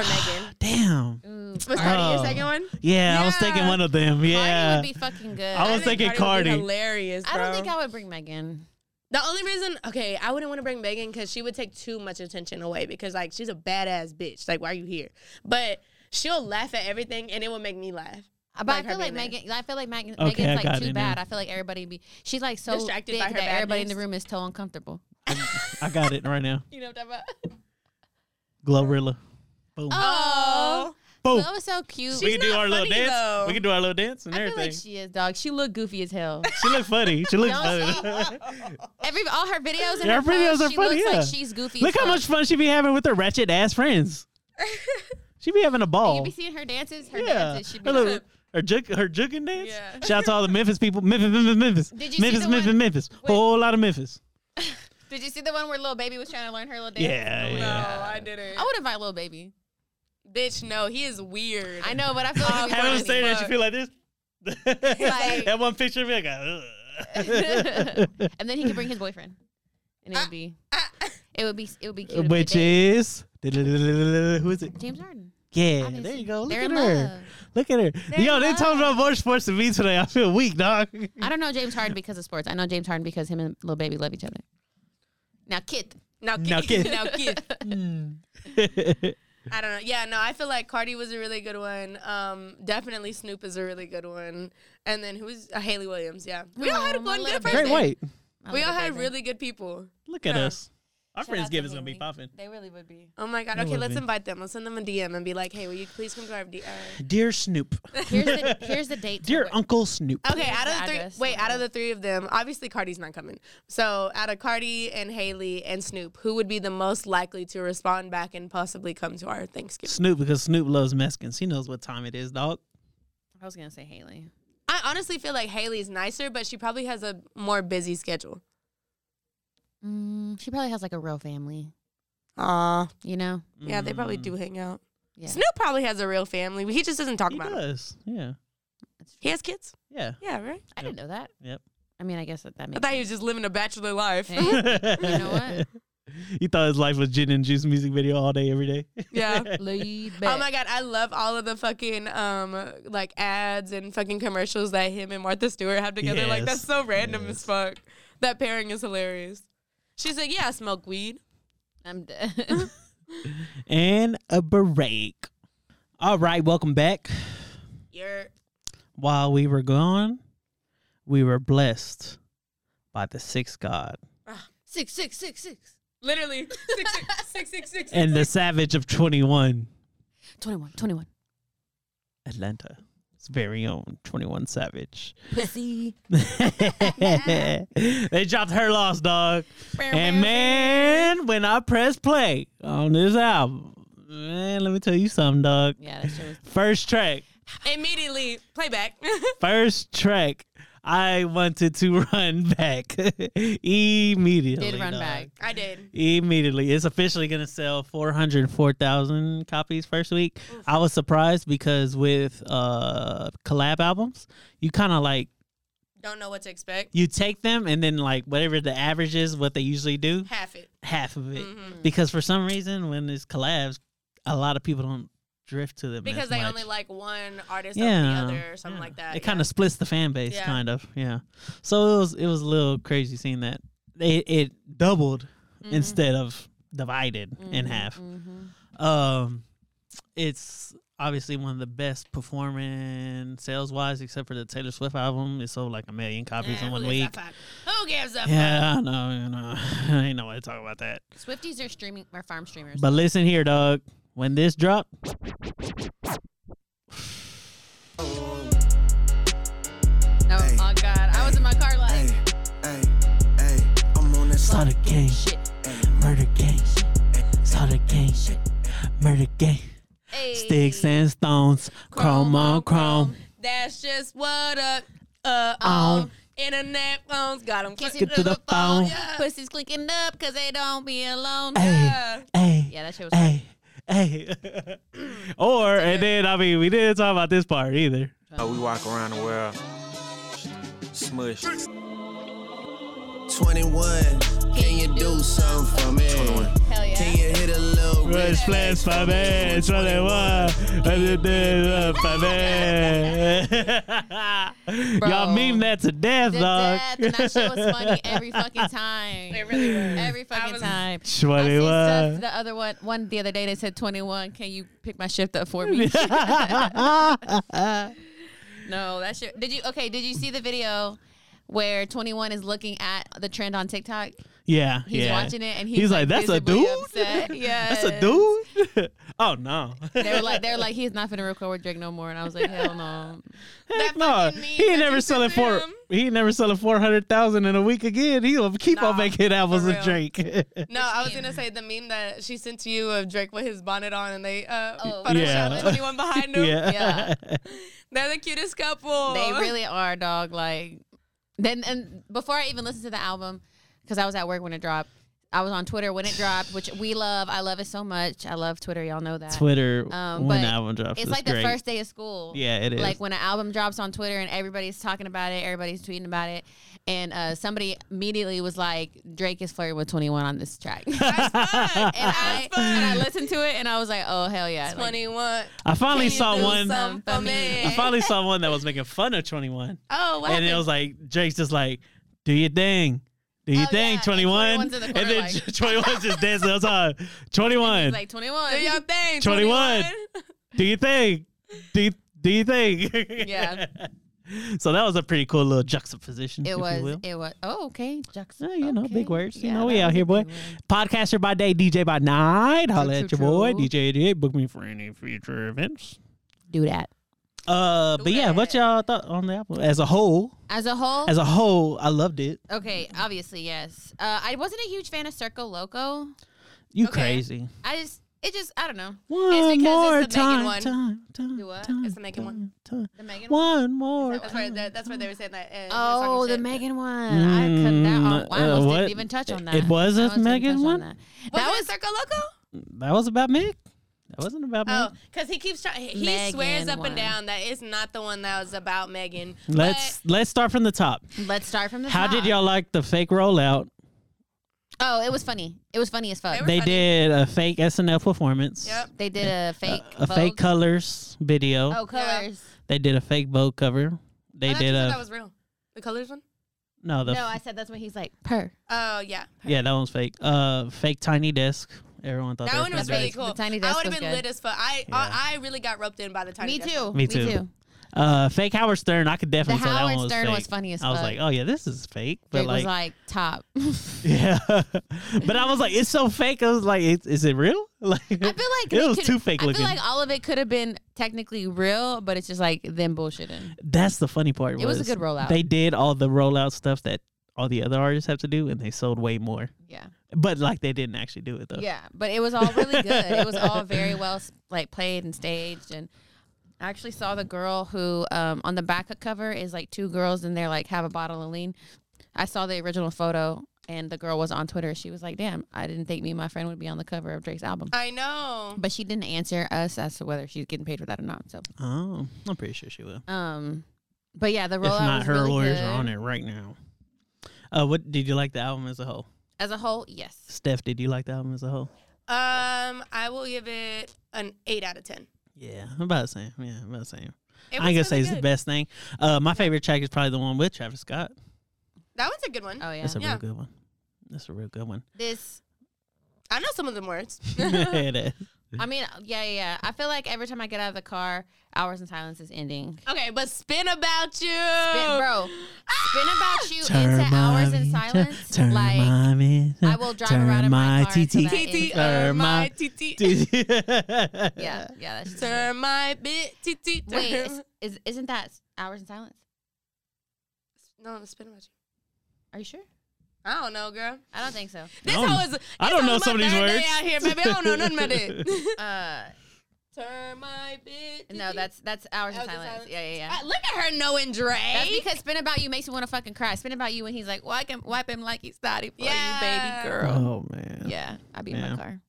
Megan. Damn. Mm-hmm. Was Cardi Oh. your second one? Yeah, I was thinking Yeah. one of them. Yeah. Cardi would be fucking good. I I, was think thinking would Cardi. be hilarious. Bro. don't think I would bring Megan. The only reason, okay, I wouldn't want to bring Megan because she would take too much attention away because like she's a badass bitch. Like, why are you here? But she'll laugh at everything, and it would make me laugh. But I Like her feel like being there. Megan. I feel like Megan, Okay, I Megan's got like it too now. bad. I feel like everybody be. She's like so Distracted thick by her that everybody in the badness. room is so uncomfortable. I got it right now. You know what I'm talking about? Glorilla. Boom. Oh, Boom. that was so cute. we can do not our little funny, dance. though. We can do our little dance and I feel everything. like she is dog. She look goofy as hell. she look funny. She looks Don't she? funny. Every all her videos and Yeah, her, her videos posts, are she funny, looks yeah. like she's goofy. Look as how fuck. much fun she be having with her ratchet ass friends. she be having a ball. you be seeing her dances. Her yeah. dances. She'd be Her, like, little, her, juk- her jugging dance. Yeah. Shout out to all the Memphis people. Memphis, Memphis, Memphis. Did you see Memphis, the Memphis, one- Memphis. Wait. Whole lot of Memphis. Did you see the one where Lil Baby was trying to learn her little dance? Yeah, No, yeah. I didn't. I would invite Lil Baby. Bitch, no, he is weird. I know, but I feel like it'd be I funny. understand that you feel like this. that one picture of me, I got. ugh. and then he could bring his boyfriend, and it would be, Uh, it would be, it would be cute. if Which they did. is who is it? James Harden. Yeah, there Obviously. you go. Look They're at in her. love. Look at her. They're Yo, in they talking about love. more sports than me today. I feel weak, dog. I don't know James Harden because of sports. I know James Harden because him and Lil Baby love each other. Now, Kit. Now, kid. Now, Hmm. kid. now, kid. That's I don't know. Yeah, no, I feel like Cardi was a really good one. Um, definitely Snoop is a really good one. And then who's uh, Haley Williams? Yeah, we all Oh, had my one little good baby. person. Great white. My We little all had baby. really good people. Look at Yeah. us. Our friends give us gonna be popping. They really would be. Oh my god. That Okay, would've let's been- invite them. Let's send them a DM and be like, hey, will you please come to our uh, DM? Dear Snoop. Here's the here's the date. to Dear where- Uncle Snoop. Okay, out of the the three, address, wait, whatever. out of the three of them, obviously Cardi's not coming. So out of Cardi and Haley and Snoop, who would be the most likely to respond back and possibly come to our Thanksgiving? Snoop because Snoop loves Mexicans. He knows what time it is, dog. I was gonna say Haley. I honestly feel like Haley's nicer, but she probably has a more busy schedule. Mm, she probably has like a real family. Aw. You know. Yeah, they probably Mm. do hang out. Yeah. Snoop probably has a real family. but He just doesn't talk He about it. does. Yeah. He has kids. Yeah. Yeah, right. I didn't know that. Yep. I mean, I guess that that I makes. thought he was just living a bachelor life. sense. you know what? He thought his life was gin and juice music video all day, every day. yeah. Laid Oh back. my god, I love all of the fucking um like ads and fucking commercials that him and Martha Stewart have together. Like Yes, that's so random yes. as fuck. That pairing is hilarious. She's like, yeah, I smoke weed. I'm dead. and a break. All right, welcome back. You're While we were gone, we were blessed by the sixth god six six six six. literally six six six six six. and the savage of 21, 21, 21. Atlanta. Its very own 21 Savage. Pussy. they dropped her loss, dog. And man, when I press play on this album, man, let me tell you something, dog. Yeah, that shit was. First track, Immediately playback. first track. I wanted to run back immediately. Did run dog. back. I did. Immediately. It's officially going to sell 404,000 copies first week. I was surprised because with uh collab albums, you kind of like Don't know what to expect. you take them and then like whatever the average is what they usually do, Half it. half of it. Mm-hmm. Because for some reason when it's collabs, a lot of people don't drift to them as Because they much. only like one artist yeah, over the other or something like that. It kind of splits the fan base, Yeah. kind of. Yeah. So it was it was a little crazy seeing that it, it doubled Mm-hmm. instead of divided in half. Mm-hmm. Um, it's obviously one of the best performing sales wise, except for the Taylor Swift album. It sold like a million copies in one week. Who gives a Yeah, I know. You know, I ain't nobody talking about that. Swifties are streaming or farm streamers. But listen here, dog. When this dropped, no, oh god, I was in my car like Hey, hey, I'm on that saw side. the gang, murder gang, saw the gang, murder gang. Sticks and stones, chrome on chrome. That's just what up. Uh, Oh. On. on internet phones got them. kissing Get to to the, the phone. phone. Pussies clinking up cause they don't be alone. Hey, Yeah, hey, that shit was hey, hey. Or and then I mean we didn't talk about this part either. Oh, we walk around the world. Smush. 21. Can you do something for me? 21. hell yeah. Can you hit a little Rush flash my man, twenty one, uh, Y'all Bro. meme that to death, The dog. death, and that shit was funny every fucking time. It really was. Every fucking time. I Twenty seen one. stuff the other one one the other day that said twenty one. Can you pick my shift up for me? no, that shit. Did you okay? Did you see the video where twenty one is looking at the trend on TikTok? Yeah, He's yeah. watching it and he's, like, "That's a visibly dude. upset." That's a Yes. dude." oh no, They're like they're like he's not finna record with Drake no more, and I was like hell no. heck no. fucking meme He that ain't never you sent selling to for him. he ain't never selling four hundred thousand in a week again. He'll keep on Nah, making apples for with real. Drake. No, I was gonna say the meme that she sent to you of Drake with his bonnet on and they uh, Oh, photoshopped yeah. 21 behind him. yeah, Yeah. They're the cutest couple. They really are, dog. Like then and before I even listened to the album, because I was at work when it dropped. I was on Twitter when it dropped, which we love. I love it so much. I love Twitter. Y'all know that. Twitter Um, when but the album drops, It's is like great. the first day of school. Yeah, it is. Like when an album drops on Twitter and everybody's talking about it, everybody's tweeting about it, and uh, somebody immediately was like, "Drake is flirting with 21 on this track." and I and I listened to it and I was like, "Oh hell yeah!" Like, 21. I finally Can you saw do one. something for for me? I finally saw one that was making fun of Twenty One, Oh, what and it happened? was like Drake's just like, "Do your thing." Do your Oh, yeah, thing, and 21. 21's in the and corner, then like- 21's just dancing all the time. 21. like 21. Do your thing. 21. 21. do you think? Do you, do you think? Yeah. So that was a pretty cool little juxtaposition. if It you was. will. It was. Oh, okay. Juxta. Yeah, you know, big okay. words. You Yeah, know, that we out was a here, boy. big word. Podcaster by day, DJ by night. Holla True, at true, your boy, true. DJ 88. Book me for any future events. Do that. Uh, but yeah, what y'all thought on the album as a whole? As a whole. As a whole, I loved it. okay. Obviously, yes. Uh, I wasn't a huge fan of Circle Loco. You Okay. crazy? I just. It just. I don't know. One it's more the Megan time, one. time, time, Do what? time, It's the Megan one. time, time. The Megan. One more. That's where, time. that, that's where they were saying that. uh, he was talking Oh, the shit. Megan one. I couldn't. Mm, That, I uh, almost what? didn't even touch on that. It was I a almost didn't Megan touch on one? That, Was That it was Circle Loco? That was about Meg. That wasn't about Meg. Oh, because he keeps trying. He Mm-hmm. Megan swears up one. and down that it's not the one that was about Megan. Let's let's start from the top. Let's start from the How top. did y'all like the fake rollout? Oh, it was funny. It was funny as fuck. They They, They were- funny. did a fake SNL performance. Yep. did a fake. A fake Vogue- colors video. Oh, colors. They did a fake Vogue cover. They I thought you did said a that was real. The colors one? no the No, I said that's what he's like. Per. Oh, yeah. yeah that one's fake. Uh, fake tiny desk. Everyone thought That they were one was fake. really The cool. tiny I desk would have was been good. lit as fuck. I, I I really got roped in by the tiny Me desk. too. Me Me too. too. Uh, fake Howard Stern. I could definitely The tell that Howard one was Stern fake. was funny as I was fuck. like, oh yeah, this is fake. But Drake like, was like top. yeah. but I was like, it's so fake. I was like, is, is it real? Like, I feel like it they was could- too fake I looking. feel like all of it could have been technically real, but it's just like them bullshitting. That's the funny part. It was a good rollout. They did all the rollout stuff that all the other artists have to do, and they sold way more. Yeah, But like, they didn't actually do it though. yeah, but it was all really good. it was all very well like played and staged, and I actually saw the girl who um, on the back cover is like two girls and they're like have a bottle of lean. I saw the original photo and the girl was on Twitter. She was like, "Damn, I didn't think me and my friend would be on the cover of Drake's album." I know. But she didn't answer us as to whether she's getting paid for that or not. So, Oh, I'm pretty sure she will. um, but yeah, the rollout if not, was her really lawyers good. are on it right now. Uh, what did you like the album as a whole? As a whole, yes. Steph, did you like the album as a whole? Um, I will give it an eight out of ten. Yeah, about the same. Yeah, about the same. It I ain't gonna was say really it's the good. best thing. Uh, my favorite track is probably the one with Travis Scott. That one's a good one. Oh yeah. That's a Yeah. real good one. That's a real good one. This I know some of the words. it is. I mean, yeah, yeah, yeah. I feel like every time I get out of the car, Hours in Silence is ending. okay, but spin about you. Spin, bro, Oh. spin about you into Hours in Ah! my- Silence. Turn like, my man- I will drive turn around in my car TT. until that TT, ends. turn Turn my my- TT. yeah. yeah, yeah. That's just Turn my bit TT. turn- Wait, is, is, isn't that Hours in Silence? No, spin about you. Are you sure? I don't know, girl. I don't think so. This don't- hoe is. I this don't hoe know is some my of these third day words. out here, baby. I don't know nothing about it. Uh, Turn my bit. no, TT. that's that's Hours in Hours in Silence. Silence. Yeah, yeah, yeah. Uh, look at her knowing Dre. That's because Spin About You makes me want to fucking cry. Spin About You when he's like, well, I can wipe him like he's thotty for Yeah. you, baby girl. Oh man. Yeah, I'd be in Yeah. my car.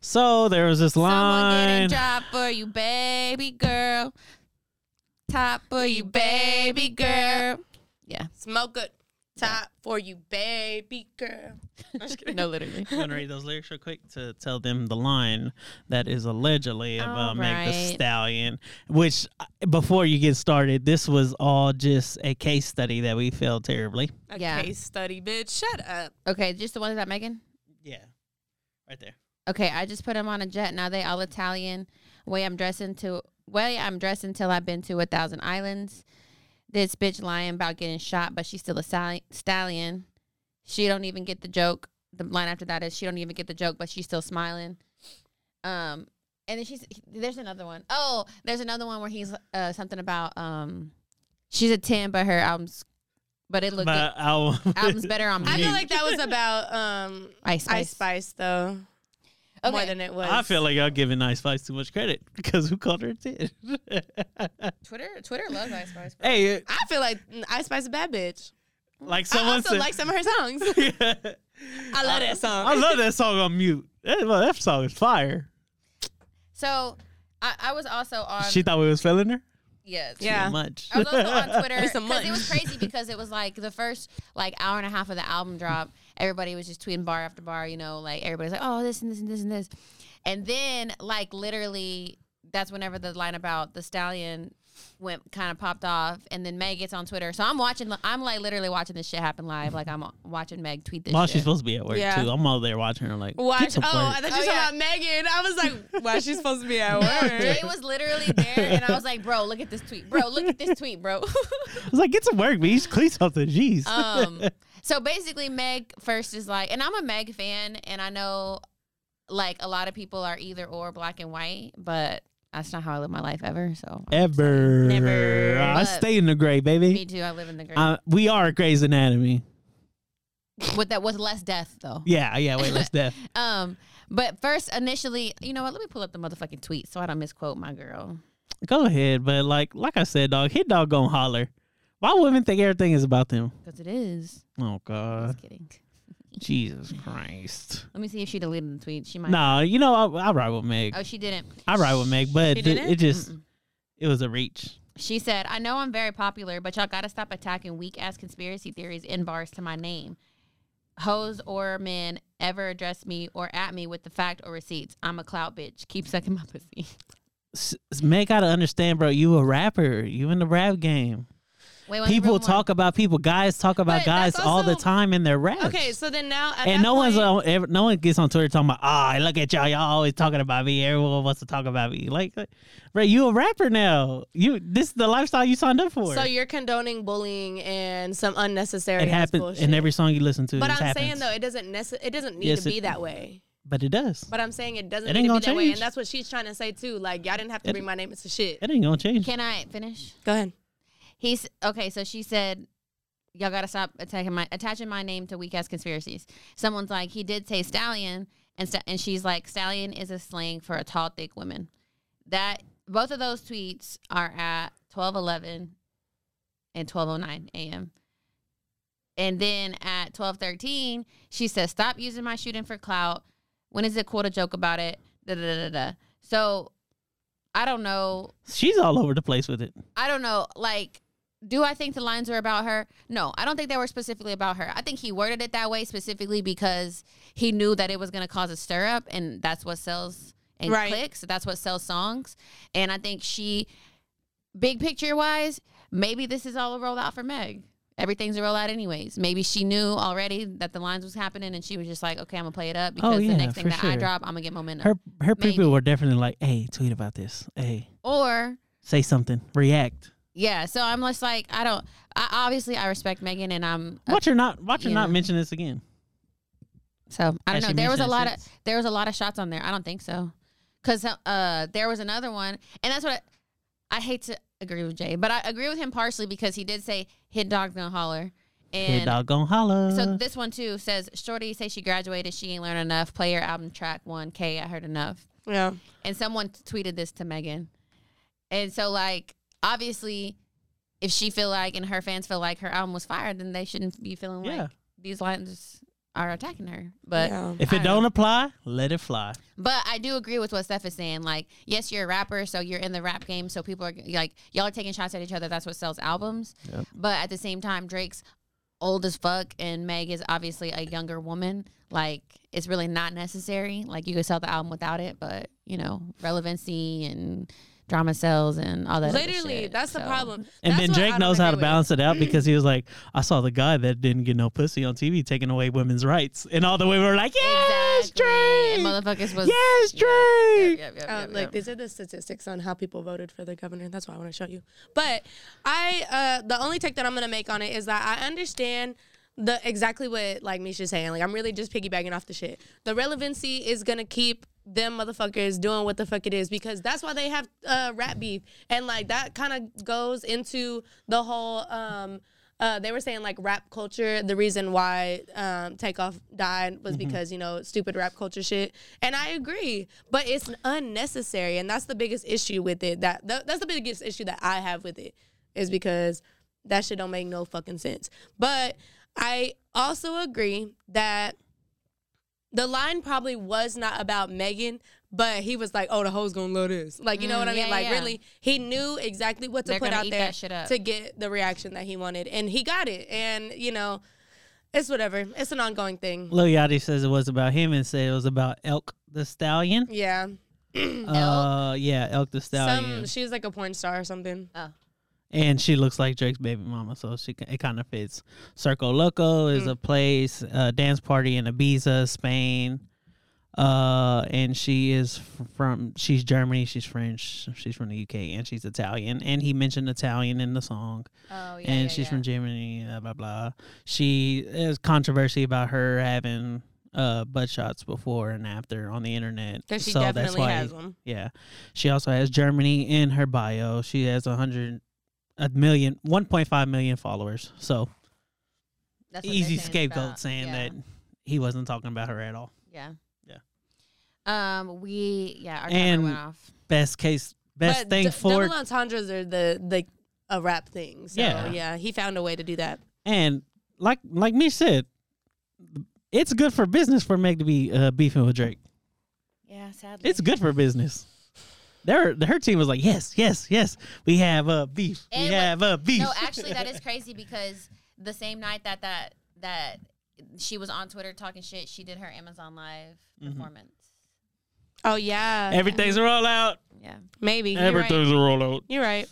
So there was this Someone getting line. dropped for you, baby girl. Top for you, baby girl. Yeah. smoke good top for you, baby girl. No, literally. I'm gonna read those lyrics real quick to tell them the line that is allegedly about Meg the Alright. Stallion. Which, uh, before you get started, this was all just a case study that we failed terribly. A Yeah. case study, bitch. Shut up. Okay, just the one about Megan. Yeah, right there. Okay, I just put them on a jet. Now they all Italian. Way I'm dressing to way I'm dressing till I've been to a thousand islands. This bitch lying about getting shot, but she's still a sally- stallion. She don't even get the joke. The line after that is she don't even get the joke, but she's still smiling. Um, and then she's there's another one. Oh, there's another one where he's uh something about um, she's a ten, but her albums, but it looked But I'll- albums better on I me. feel like that was about um Ice Spice. Ice Spice though. More Okay. than it was. I feel like y'all giving Ice Spice too much credit because who called her a ten? Twitter Twitter loves Ice Spice. bro. hey, uh, I feel like Ice Spice is a bad bitch. like I someone also said, like some of her songs. I love that song. I love that song on mute. That, well, that song is fire. So I, I was also on she thought we was feeling her. yes. yeah. Too much. I was also on Twitter It's a because it month. was crazy because it was like the first like hour and a half of the album drop, everybody was just tweeting bar after bar, you know, like everybody's like, oh, this and this and this and this, and then like literally that's whenever the line about the stallion went kind of popped off, and then Meg gets on Twitter, so I'm watching, I'm like literally watching this shit happen live, like I'm watching Meg tweet this. While shit. she's supposed to be at work Yeah. too, I'm all there watching her like. Why? Watch. Oh, I thought Oh, you were talking yeah. about Megan. I was like, why she's supposed to be at No, Jay work? was literally there, and I was like, "Bro, look at this tweet, bro, look at this tweet, bro." I was like, get some work, bitch. Clean something. Jeez. um so basically meg first is like and i'm a meg fan and i know like a lot of people are either or black and white but that's not how i live my life ever so Ever. Never. I But- stay in the gray, me baby. too i live in the gray Uh, we are Grey's Anatomy. with that with less death though Yeah, yeah. Wait, let's death. um but first initially you know what let me pull up the motherfucking tweet so i don't misquote my girl Go ahead, but like, like I said, dog, hit dog gonna holler. Why women think everything is about them? because it is Oh God, just kidding Jesus Christ. let me see if she deleted the tweet she might Nah, you know I, I ride with Meg. oh she didn't I ride with Meg, but She th- didn't? it just it was a reach. She said, I know I'm very popular, but y'all gotta stop attacking weak ass conspiracy theories in bars to my name. Hoes or men ever address me or at me with the fact or receipts. I'm a clout bitch. Keep sucking my pussy. S- s- Meg gotta understand, bro. You a rapper. You in the rap game. Wait, wait, People everyone- talk about people. Guys talk about But guys that's all the also- time in their raps. Okay, so then now at and that no one's point- on, ever, no one gets on Twitter talking about ah look at y'all y'all always talking about me everyone wants to talk about me like like, bro you a rapper now you this is the lifestyle you signed up for So you're condoning bullying and some unnecessary. it happens in every song you listen to But it I'm happens. saying though, it doesn't necess- It doesn't need Yes, to be it- that way. but it does But I'm saying it doesn't It need to ain't be gonna that way, and change. that's what she's trying to say too. Like y'all didn't have to bring my name into shit. it ain't gonna change Can I finish? Go ahead. He's okay. So she said, "Y'all gotta stop attacking my attaching my name to weak ass conspiracies." Someone's like, "He did say stallion," and sta- and she's like, "Stallion is a slang for a tall, thick woman." That both of those tweets are at 12:11 and 12:09 a.m. And then at 12:13, she says, "Stop using my shooting for clout. When is it cool to joke about it?" Da da da da. da. So I don't know. She's all over the place with it. I don't know. Like, do I think the lines were about her? No, I don't think they were specifically about her. I think he worded it that way specifically because he knew that it was going to cause a stir up, and that's what sells and Right. clicks. That's what sells songs. And I think she, big picture wise, maybe this is all a rollout for Meg. Everything's a rollout, anyways. Maybe she knew already that the lines was happening, and she was just like, "Okay, I'm gonna play it up because Oh, yeah, the next thing for that I sure. drop, I'm gonna get momentum." Her her Maybe. people were definitely like, "Hey, tweet about this. Hey, or say something. React." yeah, so I'm just like, I don't. I, obviously, I respect Megan, and I'm Uh, Watch her not. Watch her yeah. not mention this again. So I don't Has know. she There was a mentioned lot of since? there was a lot of shots on there. I don't think so, because uh, there was another one, and that's what I, I hate to agree with Jay, but I agree with him partially because he did say hit dog gonna holler, Hey, and doggone holla. so this one too says Shorty say she graduated, she ain't learned enough. Play your album track one K. I heard enough, Yeah. and someone tweeted this to Megan, and so like obviously, if she feel like and her fans feel like her album was fired, then they shouldn't be feeling Yeah. like these lines are attacking her, but. yeah. if it I don't apply, let it fly. But I do agree with what Steph is saying. Like, yes, you're a rapper, so you're in the rap game. So people are like, y'all are taking shots at each other. That's what sells albums. But at the same time, Drake's old as fuck, and Meg is obviously a younger woman. Like, it's really not necessary. Like, you could sell the album without it, but you know, relevancy and drama sells and all that. other Literally, shit, that's the so. problem. And That's then what I Drake don't knows how to agree with. balance it out because he was like, I saw the guy that didn't get no pussy on TV taking away women's rights. And all the women were like, Yes, Exactly. And Drake! Motherfuckers was Yes, Drake! Yep, yep, Uh, yep, like yep. these are the statistics on how people voted for the governor. That's why I want to show you. But I, uh, the only take that I'm gonna make on it is that I understand the exactly what like Misha's saying. Like I'm really just piggybacking off the shit. The relevancy is gonna keep them motherfuckers doing what the fuck it is because that's why they have uh, rap beef and like that kind of goes into the whole. Um, uh, they were saying like rap culture. The reason why um, Takeoff died was Mm-hmm. because you know stupid rap culture shit, and I agree. But it's unnecessary, and that's the biggest issue with it. That th- that's the biggest issue that I have with it is because that shit don't make no fucking sense. But I also agree that the line probably was not about Megan, but he was like, "Oh, the hoe's gonna love this." Like, you know Mm, what I mean? yeah, like, yeah. really, he knew exactly what to They're put gonna out eat there that shit up. to get the reaction that he wanted, and he got it. And you know, it's whatever. It's an ongoing thing. Lil Yachty says it was about him and said it was about Elk the Stallion. Yeah. Uh, yeah, Elk the Stallion. Some she was like a porn star or something. and she looks like Drake's baby mama, so she ki- it kind of fits. Circo Loco Mm. is a place, a dance party in Ibiza, Spain. Uh, and she is f- from she's Germany, she's French, she's from the UK, and she's Italian. And he mentioned Italian in the song. Oh yeah, and yeah, she's yeah. from Germany, uh, blah blah blah. She there's controversy about her having uh butt shots before and after on the internet. Because she So that's definitely why- has them. Yeah. She also has Germany in her bio. She has a hundred a million 1.5 million followers. So That's what they're easy saying it's scapegoat about. saying Yeah. that he wasn't talking about her at all. Yeah. Yeah. Um, we yeah, our And- camera went off. Best case best but thing d- for double entendres are the the a rap thing. So Yeah. yeah. he found a way to do that. And like like me said, it's good for business for Meg to be uh, beefing with Drake. Yeah, sadly. It's good for business. Their her team was like, yes, yes, yes. We have a beef. And we what- have a beef. No, actually that is crazy because the same night that that that she was on Twitter talking shit, she did her Amazon Live Mm-hmm. performance. Oh yeah, um, everything's a rollout. Yeah. maybe You're right. Everything's a rollout. You're right.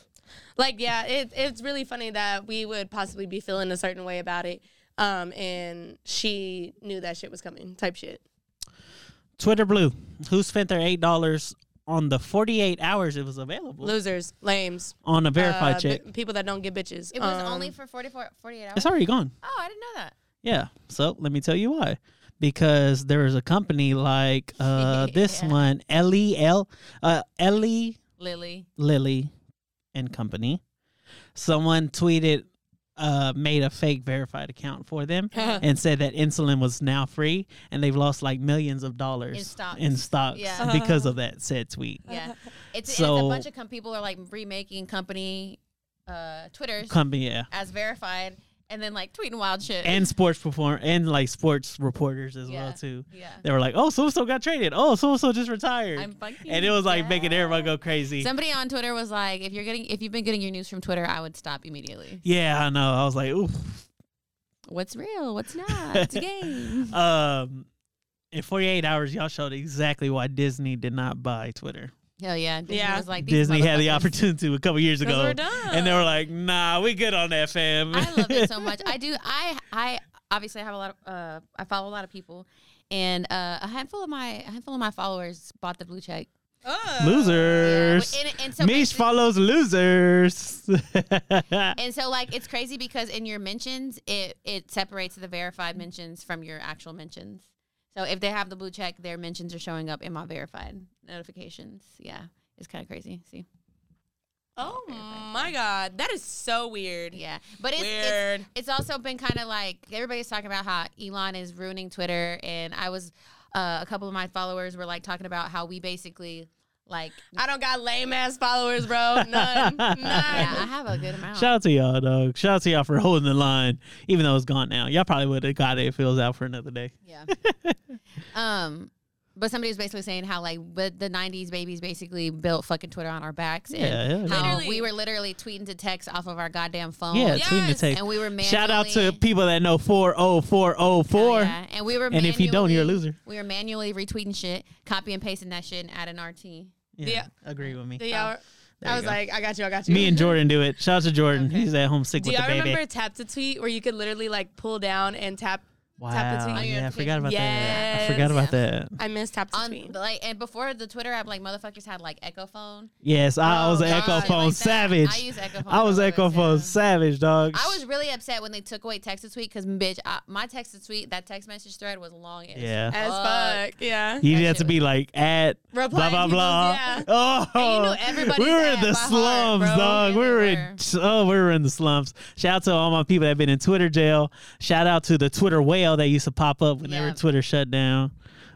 Like, yeah, it, it's really funny that we would possibly be feeling a certain way about it. Um, and she knew that shit was coming, type shit. Twitter Blue, who spent their eight dollars on the forty-eight hours it was available Losers, lames, on a verified uh, check. bi- people that don't get bitches. It was Um, only for 44 48 hours. It's already gone. Oh, I didn't know that. Yeah. So let me tell you why. Because there is a company like uh, this Yeah. one, LEL, uh, LE Lily. Lily and Company. Someone tweeted uh, made a fake verified account for them and said that insulin was now free, and they've lost like millions of dollars In stocks. stocks Yeah. because of that said tweet. Yeah, it's, it's a So- bunch of com- people are like remaking company uh, Twitters Company, yeah. as verified, and then like tweeting wild shit. and sports perform and like sports reporters as Yeah. well too. Yeah. They were like, "Oh, so and so got traded. Oh, so and so just retired." I'm fucking and it was like making dead. everyone go crazy. somebody on Twitter was like, "If you're getting, if you've been getting your news from Twitter, I would stop immediately. yeah, I know. I was like, "Oof." What's real? What's not? It's a game." Um, in 48 hours, y'all showed exactly why Disney did not buy Twitter. Hell yeah! Disney Yeah. was like, Disney had the motherfuckers." opportunity a couple years ago, we're done. and they were like, "Nah, we good on that, fam." I love it so much. I do. I I obviously have a lot of. Uh, I follow a lot of people, and uh, a handful of my a handful of my followers bought the blue check. losers. Yeah, and- and so Mish basi- follows losers. And so like it's crazy because in your mentions it it separates the verified mentions from your actual mentions. So if they have the blue check, their mentions are showing up in my verified notifications. Yeah. It's kind of crazy. See, Oh my god, that is so weird. yeah, but it's Weird. It's, it's also been kind of like everybody's talking about how Elon is ruining Twitter, and I was uh, a couple of my followers were like talking about how we basically like I don't got lame ass followers, bro. None. None. yeah, I have a good amount. Shout out to y'all, dog. Shout out to y'all for holding the line, even though it's gone now. Y'all probably would have got it if it was out for another day. Yeah. um, but somebody was basically saying how like but the '90s babies basically built fucking Twitter on our backs. Yeah, and yeah. how Literally. we were literally tweeting to text off of our goddamn phone. Yeah, tweeting the Yes. tape. Oh, And we were manually, Shout out to people that know four oh four oh Oh, four. yeah. and we were. And if you don't, you're a manually- loser. We were manually retweeting shit, copy and pasting that shit, and adding RT. Yeah. agree with me. uh, Do y'all- There I you was go. like, I got you, I got you. me and Jordan do it. Shout out to Jordan. He's at home sick Do with the y'all baby. remember tap to tweet where you could literally like pull down and tap tap to wow, Oh, tweet? yeah, I forgot about that. I Yes. forgot about that. Oh, I miss tap to On tweet. like and before the Twitter app, like motherfuckers had like Echo phone. Yes, I Oh, was an God. Echo Shit Phone like that. savage. I use Echo phone I was for a Echo little bit, Phone yeah. savage, dog. I was really upset when they took away text to tweet because bitch, I, my text to tweet that text message thread was long as yeah. As Fuck. fuck. Yeah. You That had shit to was- be like at Replying blah blah people's- blah. yeah. Oh, And you knew everybody's we were at in the by heart, slums, bro. dog. Yeah, We we were were. in oh, we were in the slums. Shout out to all my people that have been in Twitter jail. Shout out to the Twitter whale that used to pop up whenever Yeah. Twitter shut down.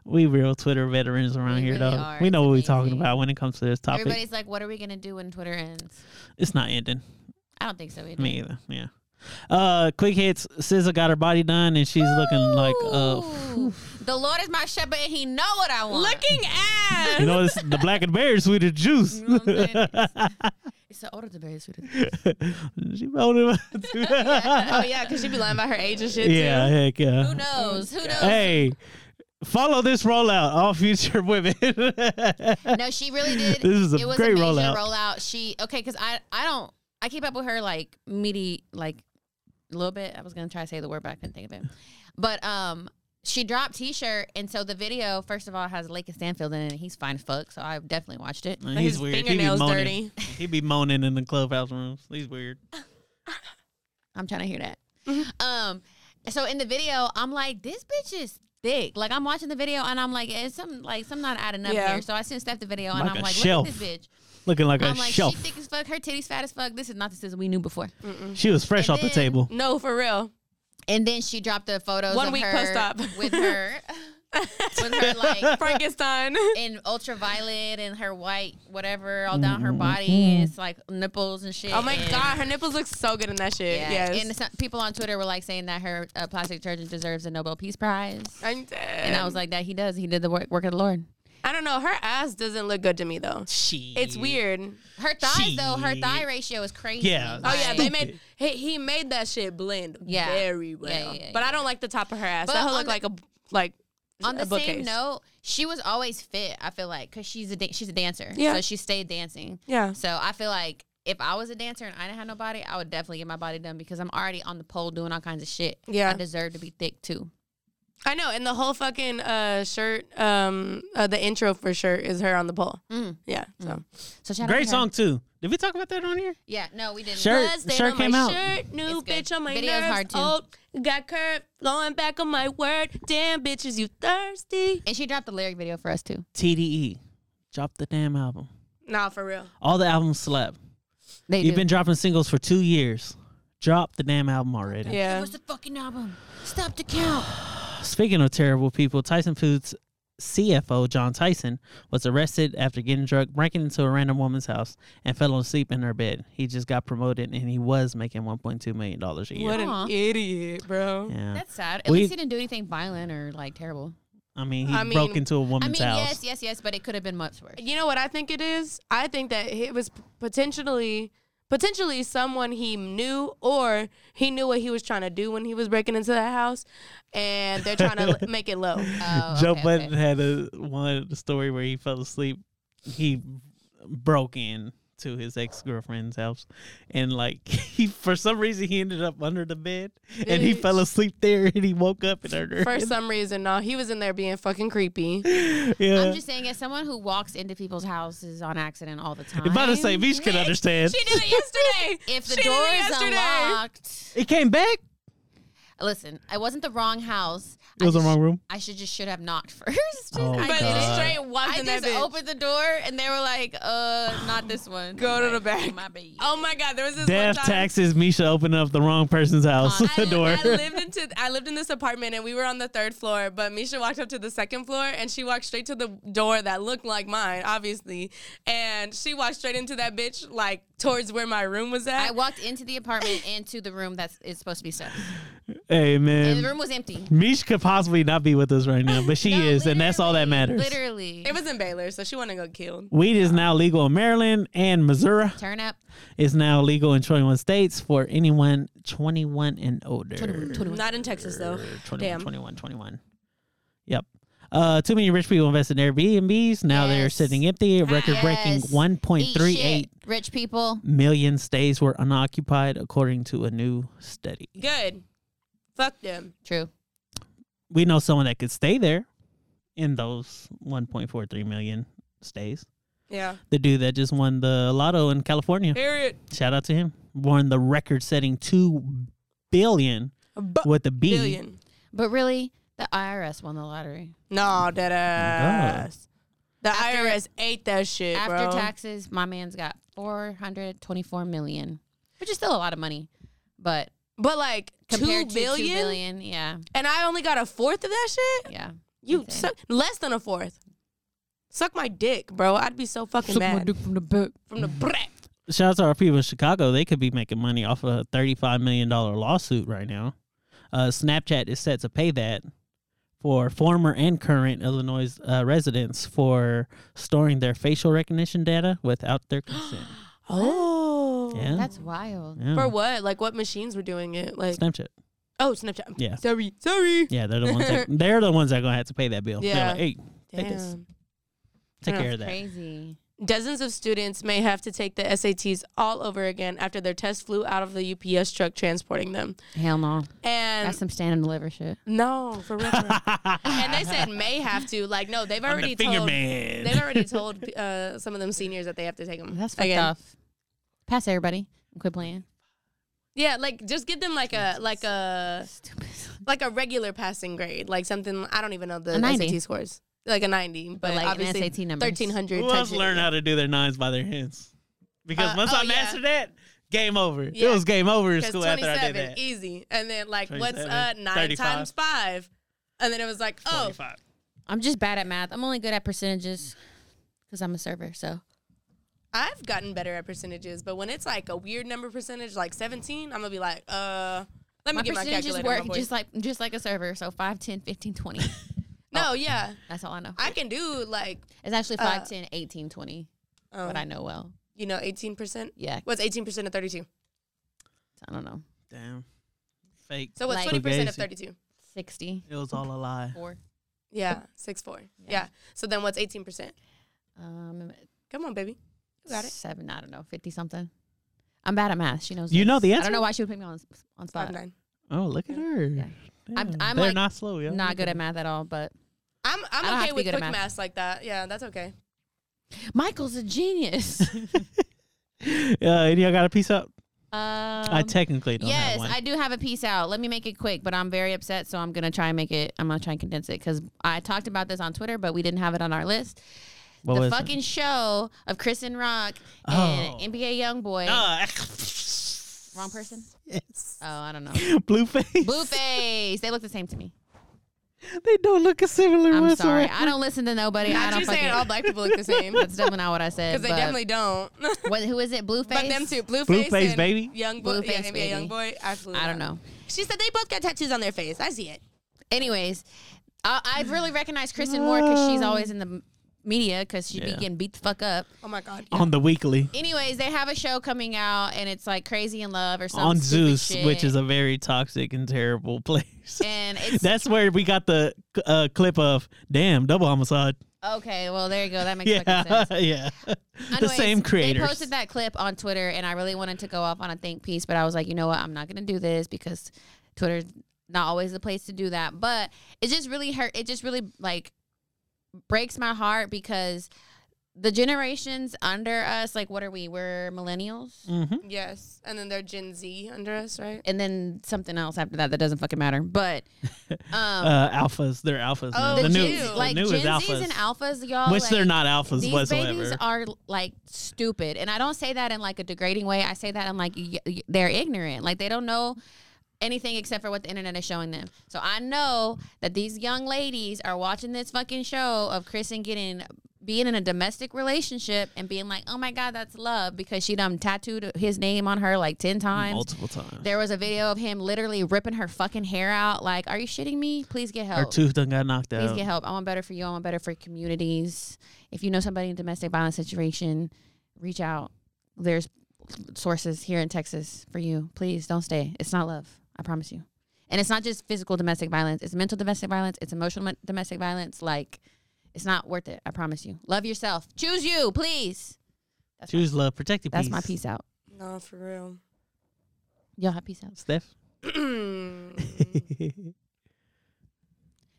We real Twitter veterans around We here, really dog. are. We know It's what we're talking amazing. about when it comes to this topic. Everybody's like, what are we gonna do when Twitter ends? it's not ending. I don't think so. Either. Me either. Yeah. Uh, quick hits. SZA got her body done, and she's looking like uh. Ooh. the Lord is my shepherd, and He know what I want. Looking ass. You know, it's the black and berry sweet as juice. You know what I'm saying? It's- it's the order to bear sweet. she rolled him out too. oh yeah, because she'd be lying about her age and shit Yeah, too. heck yeah. Who knows? Who knows? Hey, follow this rollout, all future women. No, she really did. This is a it was great a major rollout. She okay, because I I don't I keep up with her like meaty like a little bit. I was gonna try to say the word, but I couldn't think of it. But um, she dropped T-shirt, and so the video first of all has Lakin Stanfield in it. and He's fine as fuck, so I definitely watched it. Nah, His fingernails moaning. He be moaning in the clubhouse rooms. He's weird. I'm trying to hear that. Mm-hmm. Um, so in the video, I'm like, this bitch is thick. Like I'm watching the video, and I'm like, it's some like some not adding up Yeah. here. So I sent Steph the video, and Like I'm a like, shelf. look at this bitch. Looking like I'm a like, shelf. she She, thick as fuck. Her titties fat as fuck. This is not the scissor we knew before. was fresh And off the then- table. No, for real. And then she dropped the photos One of week her post-op. with her, with her like Frankenstein. Oh in ultraviolet and her white whatever all down her body. And it's like nipples and shit. oh my and- god, her nipples look so good in that shit. Yeah. Yes. And some, people on Twitter were like saying that her uh, plastic surgeon deserves a Nobel Peace Prize. I'm dead. And I was like, that he does. He did the work, work of the Lord. I don't know. Her ass doesn't look good to me though. She. It's weird. Her thighs, though, her Shit. thigh ratio is crazy. Yeah. Oh yeah, Like- they Stupid. made he, he made that shit blend Yeah. very well. Yeah, yeah, yeah, but I don't like the top of her ass. But That on whole look the- like a like on a the same bookcase. note, she was always fit. I feel like because she's a da- she's a dancer, Yeah. so she stayed dancing. Yeah. So I feel like if I was a dancer and I didn't have no body, I would definitely get my body done because I'm already on the pole doing all kinds of shit. Yeah. I deserve to be thick too. I know, and the whole fucking uh, shirt, um, uh, the intro for shirt is her on the pole. Mm. Yeah, so So shout out to Great her. song too. Did we talk about that on here? Yeah, no, we didn't. Sure. Shirt- Blood stain shirt on came my out. Shirt, new It's good. bitch on my Video's nerves. hard, too. Oh, got curved, blowing back on my word. Damn bitches, you thirsty? And she dropped the lyric video for us too. TDE, E. drop the damn album. Nah, for real. All the albums slap. They You've do. been dropping singles for two years. Drop the damn album already. Yeah. What's the fucking album? Stop the count. Speaking of terrible people, Tyson Foods CFO John Tyson was arrested after getting drunk, breaking into a random woman's house, and fell asleep in her bed. He just got promoted, and he was making one point two million dollars a year. What Aw. an idiot, bro. yeah, That's sad. At We- least he didn't do anything violent or like terrible. I mean, he I mean- broke into a I woman's mean, house. yes, yes, yes, but it could have been much worse. You know what I think it is? I think that it was potentially potentially someone he knew or he knew what he was trying to do when he was breaking into that house and they're trying to l- make it low. Uh, Oh, Joe okay, Budden okay. had a one story where he fell asleep. He broke in to his ex girlfriend's house, and like he for some reason he ended up under the bed, and he fell asleep there, and he woke up and heard her. For some reason, no, he was in there being fucking creepy. yeah. I'm just saying, as someone who walks into people's houses on accident all the time, If I to say Beach could understand, She did it yesterday. if the She did door it is yesterday. unlocked, it came back. listen, it wasn't the wrong house. It was I the wrong room. I should just should have knocked first. Oh, I But did it God. it. straight was I in that just bitch. opened the door and they were like, "Uh, not this one." Go to the back. My bad. Oh my god, there was this Death one time. taxes Misha opened up the wrong person's house I, door. I lived into I lived in this apartment and we were on the third floor, but Misha walked up to the second floor and she walked straight to the door that looked like mine, obviously. And she walked straight into that bitch like towards where my room was at. I walked into the apartment into the room that is supposed to be stuff. hey And the man, room was empty. Misha could possibly not be with us right now, but she No, is, and that's all that literally, matters. Literally. it was in Baylor, so she wanna go killed. Weed is now legal in Maryland and Missouri. Turn up. It's now legal in 21 states for anyone 21 and older. Not in Texas though. 21, Damn. 21, 21. Yep. Uh, too many rich people invest in Airbnbs. Now they're Yes. sitting empty. Record breaking Yes. Eat 1.38 shit, Rich people. million stays were unoccupied, according to a new study. Good. Fuck them. True. We know someone that could stay there in those 1.43 million stays. Yeah. The dude that just won the lotto in California. Period. Shout out to him. Won the record setting 2 billion Bu- with the B. billion. But really, the IRS won the lottery. No, dead ass. The After- IRS ate that shit. After bro. taxes, my man's got 424 million, which is still a lot of money. But But like two compared to billion, 2 billion, yeah. and I only got a fourth of that shit. Yeah. You Okay. suck less than a fourth. Suck my dick, bro. I'd be so fucking mad. from the book. From the brat. shout out to our people in Chicago. They could be making money off a thirty-five million dollar lawsuit right now. Uh, Snapchat is set to pay that for former and current Illinois uh, residents for storing their facial recognition data without their consent. Oh. yeah, That's wild. yeah. For what? Like what machines were doing it? Like Snapchat. oh Snapchat. Yeah. Sorry. Sorry. Yeah, they're the ones. That, they're the ones that are gonna have to pay that bill. They're Yeah. like, hey, take this, Damn. take Yeah. care of that. Crazy. Dozens of students may have to take the SATs all over again after their test flew out of the UPS truck transporting them. Hell no. And That's some stand and deliver shit. no, for real. for real. and they said may have to. Like no, they've I'm the already finger told. man. They've already told uh, some of them seniors that they have to take them. That's fucked off. Pass everybody. Quit playing. Yeah, like just give them like a like a Stupid. like a regular passing grade, like something I don't even know the A 90. SAT scores, like a ninety, but, like like an obviously SAT numbers. thirteen hundred. Who else learn how to do their nines by their hands? Because Uh, once oh, I yeah. mastered that, game over. Yeah. It was game over in Because school after I did twenty-seven, that. easy, and then like what's 27, uh nine 35. times five, and then it was like oh 25. I'm just bad at math. I'm only good at percentages because I'm a server. So I've gotten better at percentages, but when it's like a weird number percentage like seventeen, I'm gonna be like uh let me my get my percentages calculator. work my boy. just like just like a server. So 5, 10, 15, 20. oh. no, yeah, That's all I know. I can do like It's actually 5, Uh, 10, 18, 20. um, What I know well. you know eighteen percent. Yeah. What's eighteen percent of thirty-two? I don't know. Damn. Fake. So what's Like- twenty percent of Fugazi. thirty-two? 60. It was all a lie. 4. Yeah, six four. yeah. So then what's eighteen percent? Um, Come on, baby. You got it. Seven, I don't know, 50 something. I'm bad at math. She knows. You this. know the I answer? don't know why she would put me on on spot. Five nine. Oh, look at her. I'm- Damn, I'm, They're like, not slow, yo. Not good at math at all, but I'm I don't have I'm okay to be with good at quick math. maths like that. Yeah, that's okay. Michael's a genius. Uh, and y'all got a piece up? I Um, technically don't have yes, one. I do have a piece out. Let me make it quick, but I'm very upset, so I'm gonna try and make it. I'm gonna try and condense it because I talked about this on Twitter, but we didn't have it on our list. What the was it? fucking show of Chris and Rock Oh. and NBA YoungBoy Uh, Wrong person? Yes. Oh, I don't know. Blueface. Blueface. They look the same to me. They don't look as similar. I'm sorry. whatsoever. I don't listen to nobody. I Not don't you saying fucking- all black people look the same That's because definitely not what I said. they but- definitely don't. What, who is it? Blueface. But them too, blueface, Blueface, and baby? young boy, Blueface, yeah, baby. baby. young boy. Absolutely, I don't not. know. She said they both got tattoos on their face. I see it. Anyways, I, I've really recognized Kristen Moore because Oh. she's always in the m- media because she'd be Yeah. getting beat the fuck up. Oh my god. On the weekly Anyways, they have a show coming out and it's like Crazy in Love or something. on Zeus, which is a very toxic and terrible place. and it's That's where we got the uh, clip of damn double homicide. okay. Well, there you go. That makes fucking Yeah, sense. yeah. the Anyways, same They creators. posted that clip on Twitter, and I really wanted to go off on a think piece, but I was like, you know what? I'm not going to do this because Twitter's not always the place to do that. But it just really hurt. It just really like breaks my heart because the generations under us, like, what are we? We're millennials, Mm. Uh-huh. Yes, and then they're Gen Z under us, right? and then something else after that that doesn't fucking matter. But um, uh, alphas. They're alphas. now. Oh, the Gen- new, Gen- the like new Gen is alphas, Z's and alphas, y'all, which like, they're not alphas These whatsoever. babies are like stupid, and I don't say that in like a degrading way. I say that in like y- y- they're ignorant, like they don't know anything except for what the internet is showing them. So I know that these young ladies are watching this fucking show of Kristen getting being in a domestic relationship and being like, "Oh my god, that's love," because she done tattooed his name on her like ten times. multiple times. There was a video of him literally ripping her fucking hair out. Like, are you shitting me? Please get help. Her tooth done got knocked Please out. get help. I want better for you. I want better for communities. If you know somebody in a domestic violence situation, reach out. There's sources here in Texas for you. Please don't stay. It's not love. I promise you. And it's not just physical domestic violence. It's mental domestic violence. It's emotional mo- domestic violence. Like, it's not worth it. I promise you. Love yourself. Choose you, please. That's Choose love, protect your My, that's peace. my peace out. No, for real. Y'all have peace out. Steph.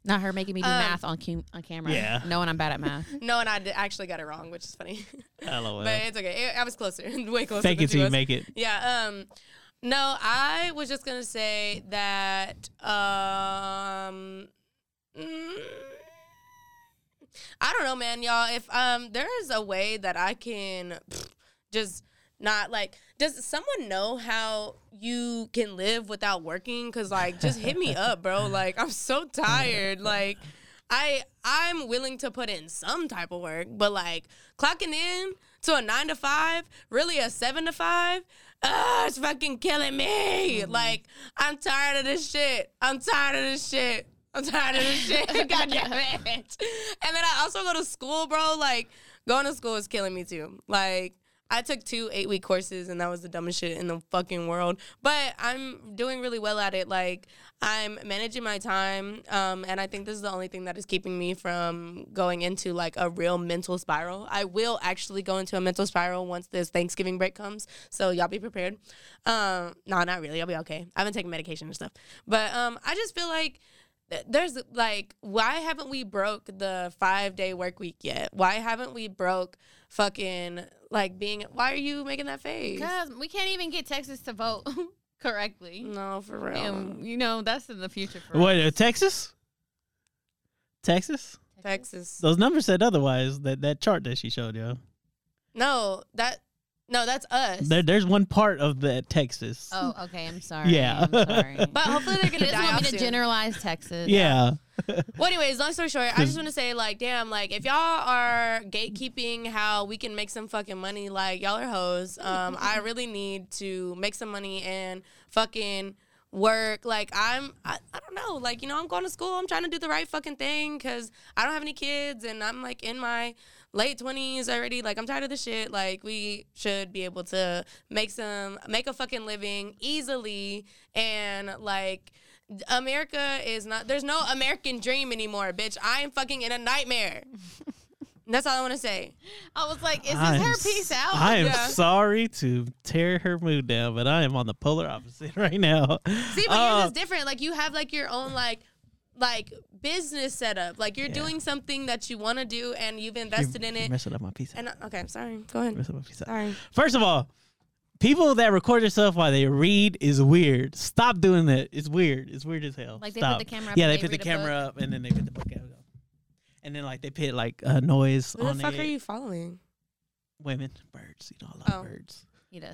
Not her making me do Um, math on cum- on camera. Yeah. Knowing I'm bad at math. no, and I d- actually got it wrong, which is funny, LOL. but it's okay. It- I was closer, way closer. Fake than it she till you was. make it. Yeah. Um. No, I was just gonna say that. Um. mm, I don't know, man, y'all. If um, there is a way that I can pfft, just not like. Does someone know how you can live without working? Cause like, just hit me up, bro. Like, I'm so tired. Like. I I'm willing to put in some type of work, but like clocking in to a nine to five, really a seven to five, uh, it's fucking killing me. Like I'm tired of this shit. I'm tired of this shit. I'm tired of this shit. God damn it. And then I also go to school, bro. Like going to school is killing me too. Like I took two eight week courses and that was the dumbest shit in the fucking world. But I'm doing really well at it. Like I'm managing my time, um, and I think this is the only thing that is keeping me from going into like a real mental spiral. I will actually go into a mental spiral once this Thanksgiving break comes, so y'all be prepared. Um, no, not really. I'll be okay. I've been taking medication and stuff, but um, I just feel like th- there's like why haven't we broke the five day work week yet why haven't we broke fucking like being why are you making that face Because we can't even get Texas to vote correctly. no for real And you know that's in the future for Oh. What? uh, us. Texas? Texas? texas Those numbers said otherwise. That that chart that she showed you. no that no that's us There, there's one part of that Texas. Oh, okay. I'm sorry. Yeah. I'm sorry. but hopefully they're you gonna just die want off me to soon. generalize Texas? yeah. Well, anyways, long story short, I just want to say, like, damn, like, if y'all are gatekeeping how we can make some fucking money, like, y'all are hoes. Um, I really need to make some money and fucking work. Like, I'm, I, I don't know, like, you know, I'm going to school. I'm trying to do the right fucking thing because I don't have any kids and I'm, like, in my late 20s already. Like, I'm tired of this shit. Like, we should be able to make some, make a fucking living easily and, like, America is not. There's no American dream anymore, bitch. I am fucking in a nightmare. That's all I want to say. I was like, is this I am her s- piece out? I am Yeah. sorry to tear her mood down, but I am on the polar opposite right now. See, but Uh, yours is different. Like you have like your own like like business setup. Like you're doing something that you want to do and you've invested you're, in you're it. messing up my pizza. And I- okay, sorry. Go ahead. Messing up my pizza. Sorry. First of all, people that record yourself while they read is weird. Stop doing that. It's weird. It's weird as hell. Like, they put Stop. the camera up Yeah, and they, they put the read a book? camera up and then they put the book out. And then like they put like uh, noise Who on the fuck it. are you following? Women, birds. You know, I love Oh. birds. He does.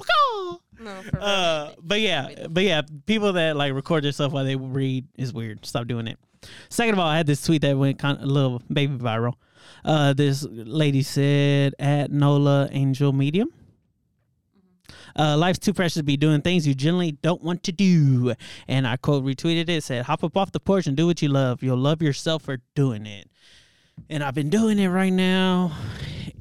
No, for real. Uh, but yeah, but yeah, people that like record yourself while they read is weird. Stop doing it. Second of all, I had this tweet that went kind of a little baby viral. Uh, this lady said at Nola Angel Medium. Mm-hmm. Uh, life's too precious to be doing things you generally don't want to do. And I quote retweeted it, said, Hop up off the porch and do what you love. You'll love yourself for doing it. And I've been doing it right now.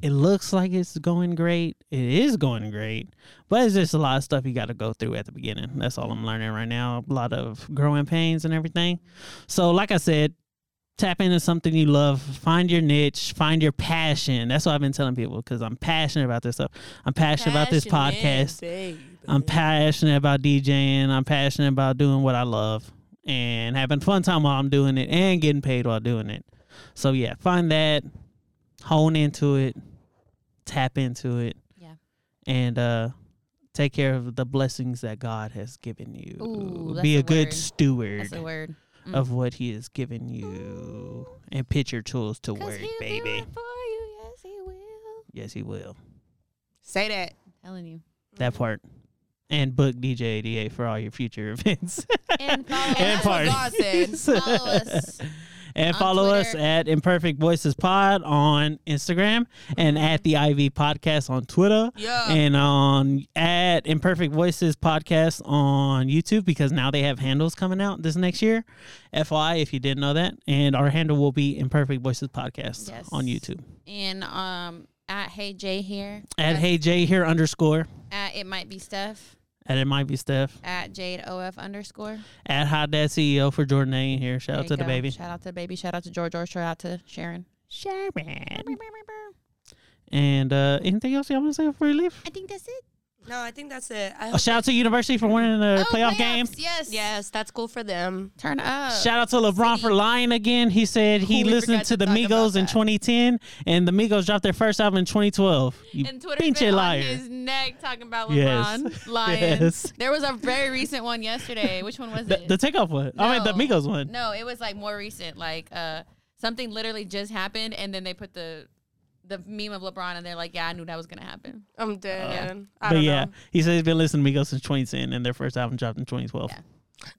It looks like it's going great. It is going great. But it's just a lot of stuff you got to go through at the beginning. That's all I'm learning right now. A lot of growing pains and everything. So, like I said, tap into something you love find your niche find your passion that's what i've been telling people because i'm passionate about this stuff i'm passionate, about this podcast i'm passionate about djing i'm passionate about doing what i love and having fun time while i'm doing it and getting paid while doing it so yeah find that hone into it tap into it Yeah. and uh take care of the blessings that god has given you Ooh, that's be a, a good word. steward That's a word. Mm. of what he has given you and pitch your tools to work, he'll do baby. it for you. Yes, he will. Yes, he will. Say that. telling you. That part. And book DJ 88 for all your future events. And follow and us. party. God said. Follow us. and on follow us Twitter. at Imperfect Voices Pod on Instagram and at the IV Podcast on Twitter. Yeah. And on at Imperfect Voices Podcast on YouTube because now they have handles coming out this next year. FYI, if you didn't know that. And our handle will be Imperfect Voices Podcast Yes. on YouTube. And um, at Hey Jay here. At hey J here underscore. At It Might Be Steph. At it might be Steph. At Jade OF underscore. At hot dad CEO for Jordan A here. Shout There out you to the go. baby. Shout out to the baby. Shout out to George or shout out to Sharon. Sharon. And uh, anything else y'all want to say before we leave? I think that's it. No, I think that's it. I Oh, hope- shout out to University for winning the Oh, playoff playoffs. game. Yes. yes, that's cool for them. Turn up. Shout out to LeBron for lying again. He said he we listened forgot to to the talk about Migos in that. 2010, and the Migos dropped their first album in 2012. You and Twitter pinche been liar. on his neck talking about Yes. LeBron lying. Yes. There was a very recent one yesterday. Which one was the, it? the takeoff one. I mean, the No. Migos one. No, it was like more recent. Like uh, something literally just happened, and then they put the the meme of LeBron, and they're like, "Yeah, I knew that was gonna happen." I'm dead. I Uh, But don't yeah, know. he said he's been listening to Migos since 2010, and their first album dropped in 2012. Yeah.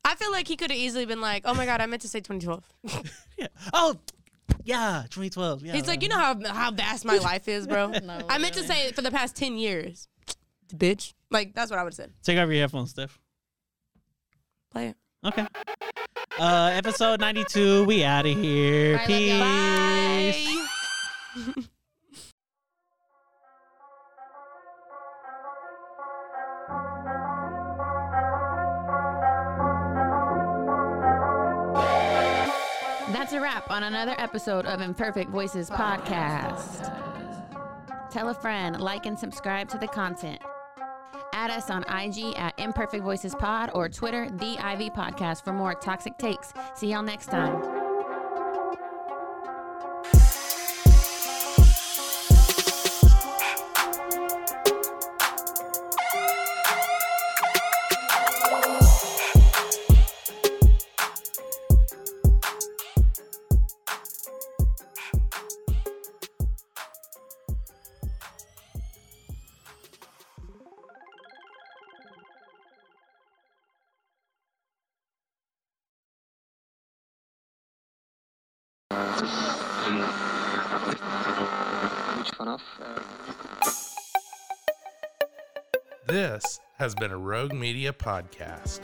I feel like he could have easily been like, "Oh my god, I meant to say 2012." Yeah. Oh, yeah, 2012. Yeah, He's like, right. "You know how how vast my life is, bro. I meant to say it for the past 10 years." Bitch. Like that's what I would have said. Take off your headphones, Steph. Play it. Okay. Uh, episode 92. We out of here. Bye, love Peace. y'all. Bye. That's a wrap on another episode of Imperfect Voices Podcast. Tell a friend, like, and subscribe to the content. Add us on IG at Imperfect Voices Pod or Twitter, The IV Podcast, for more toxic takes. See y'all next time. This has been a Rogue Media podcast.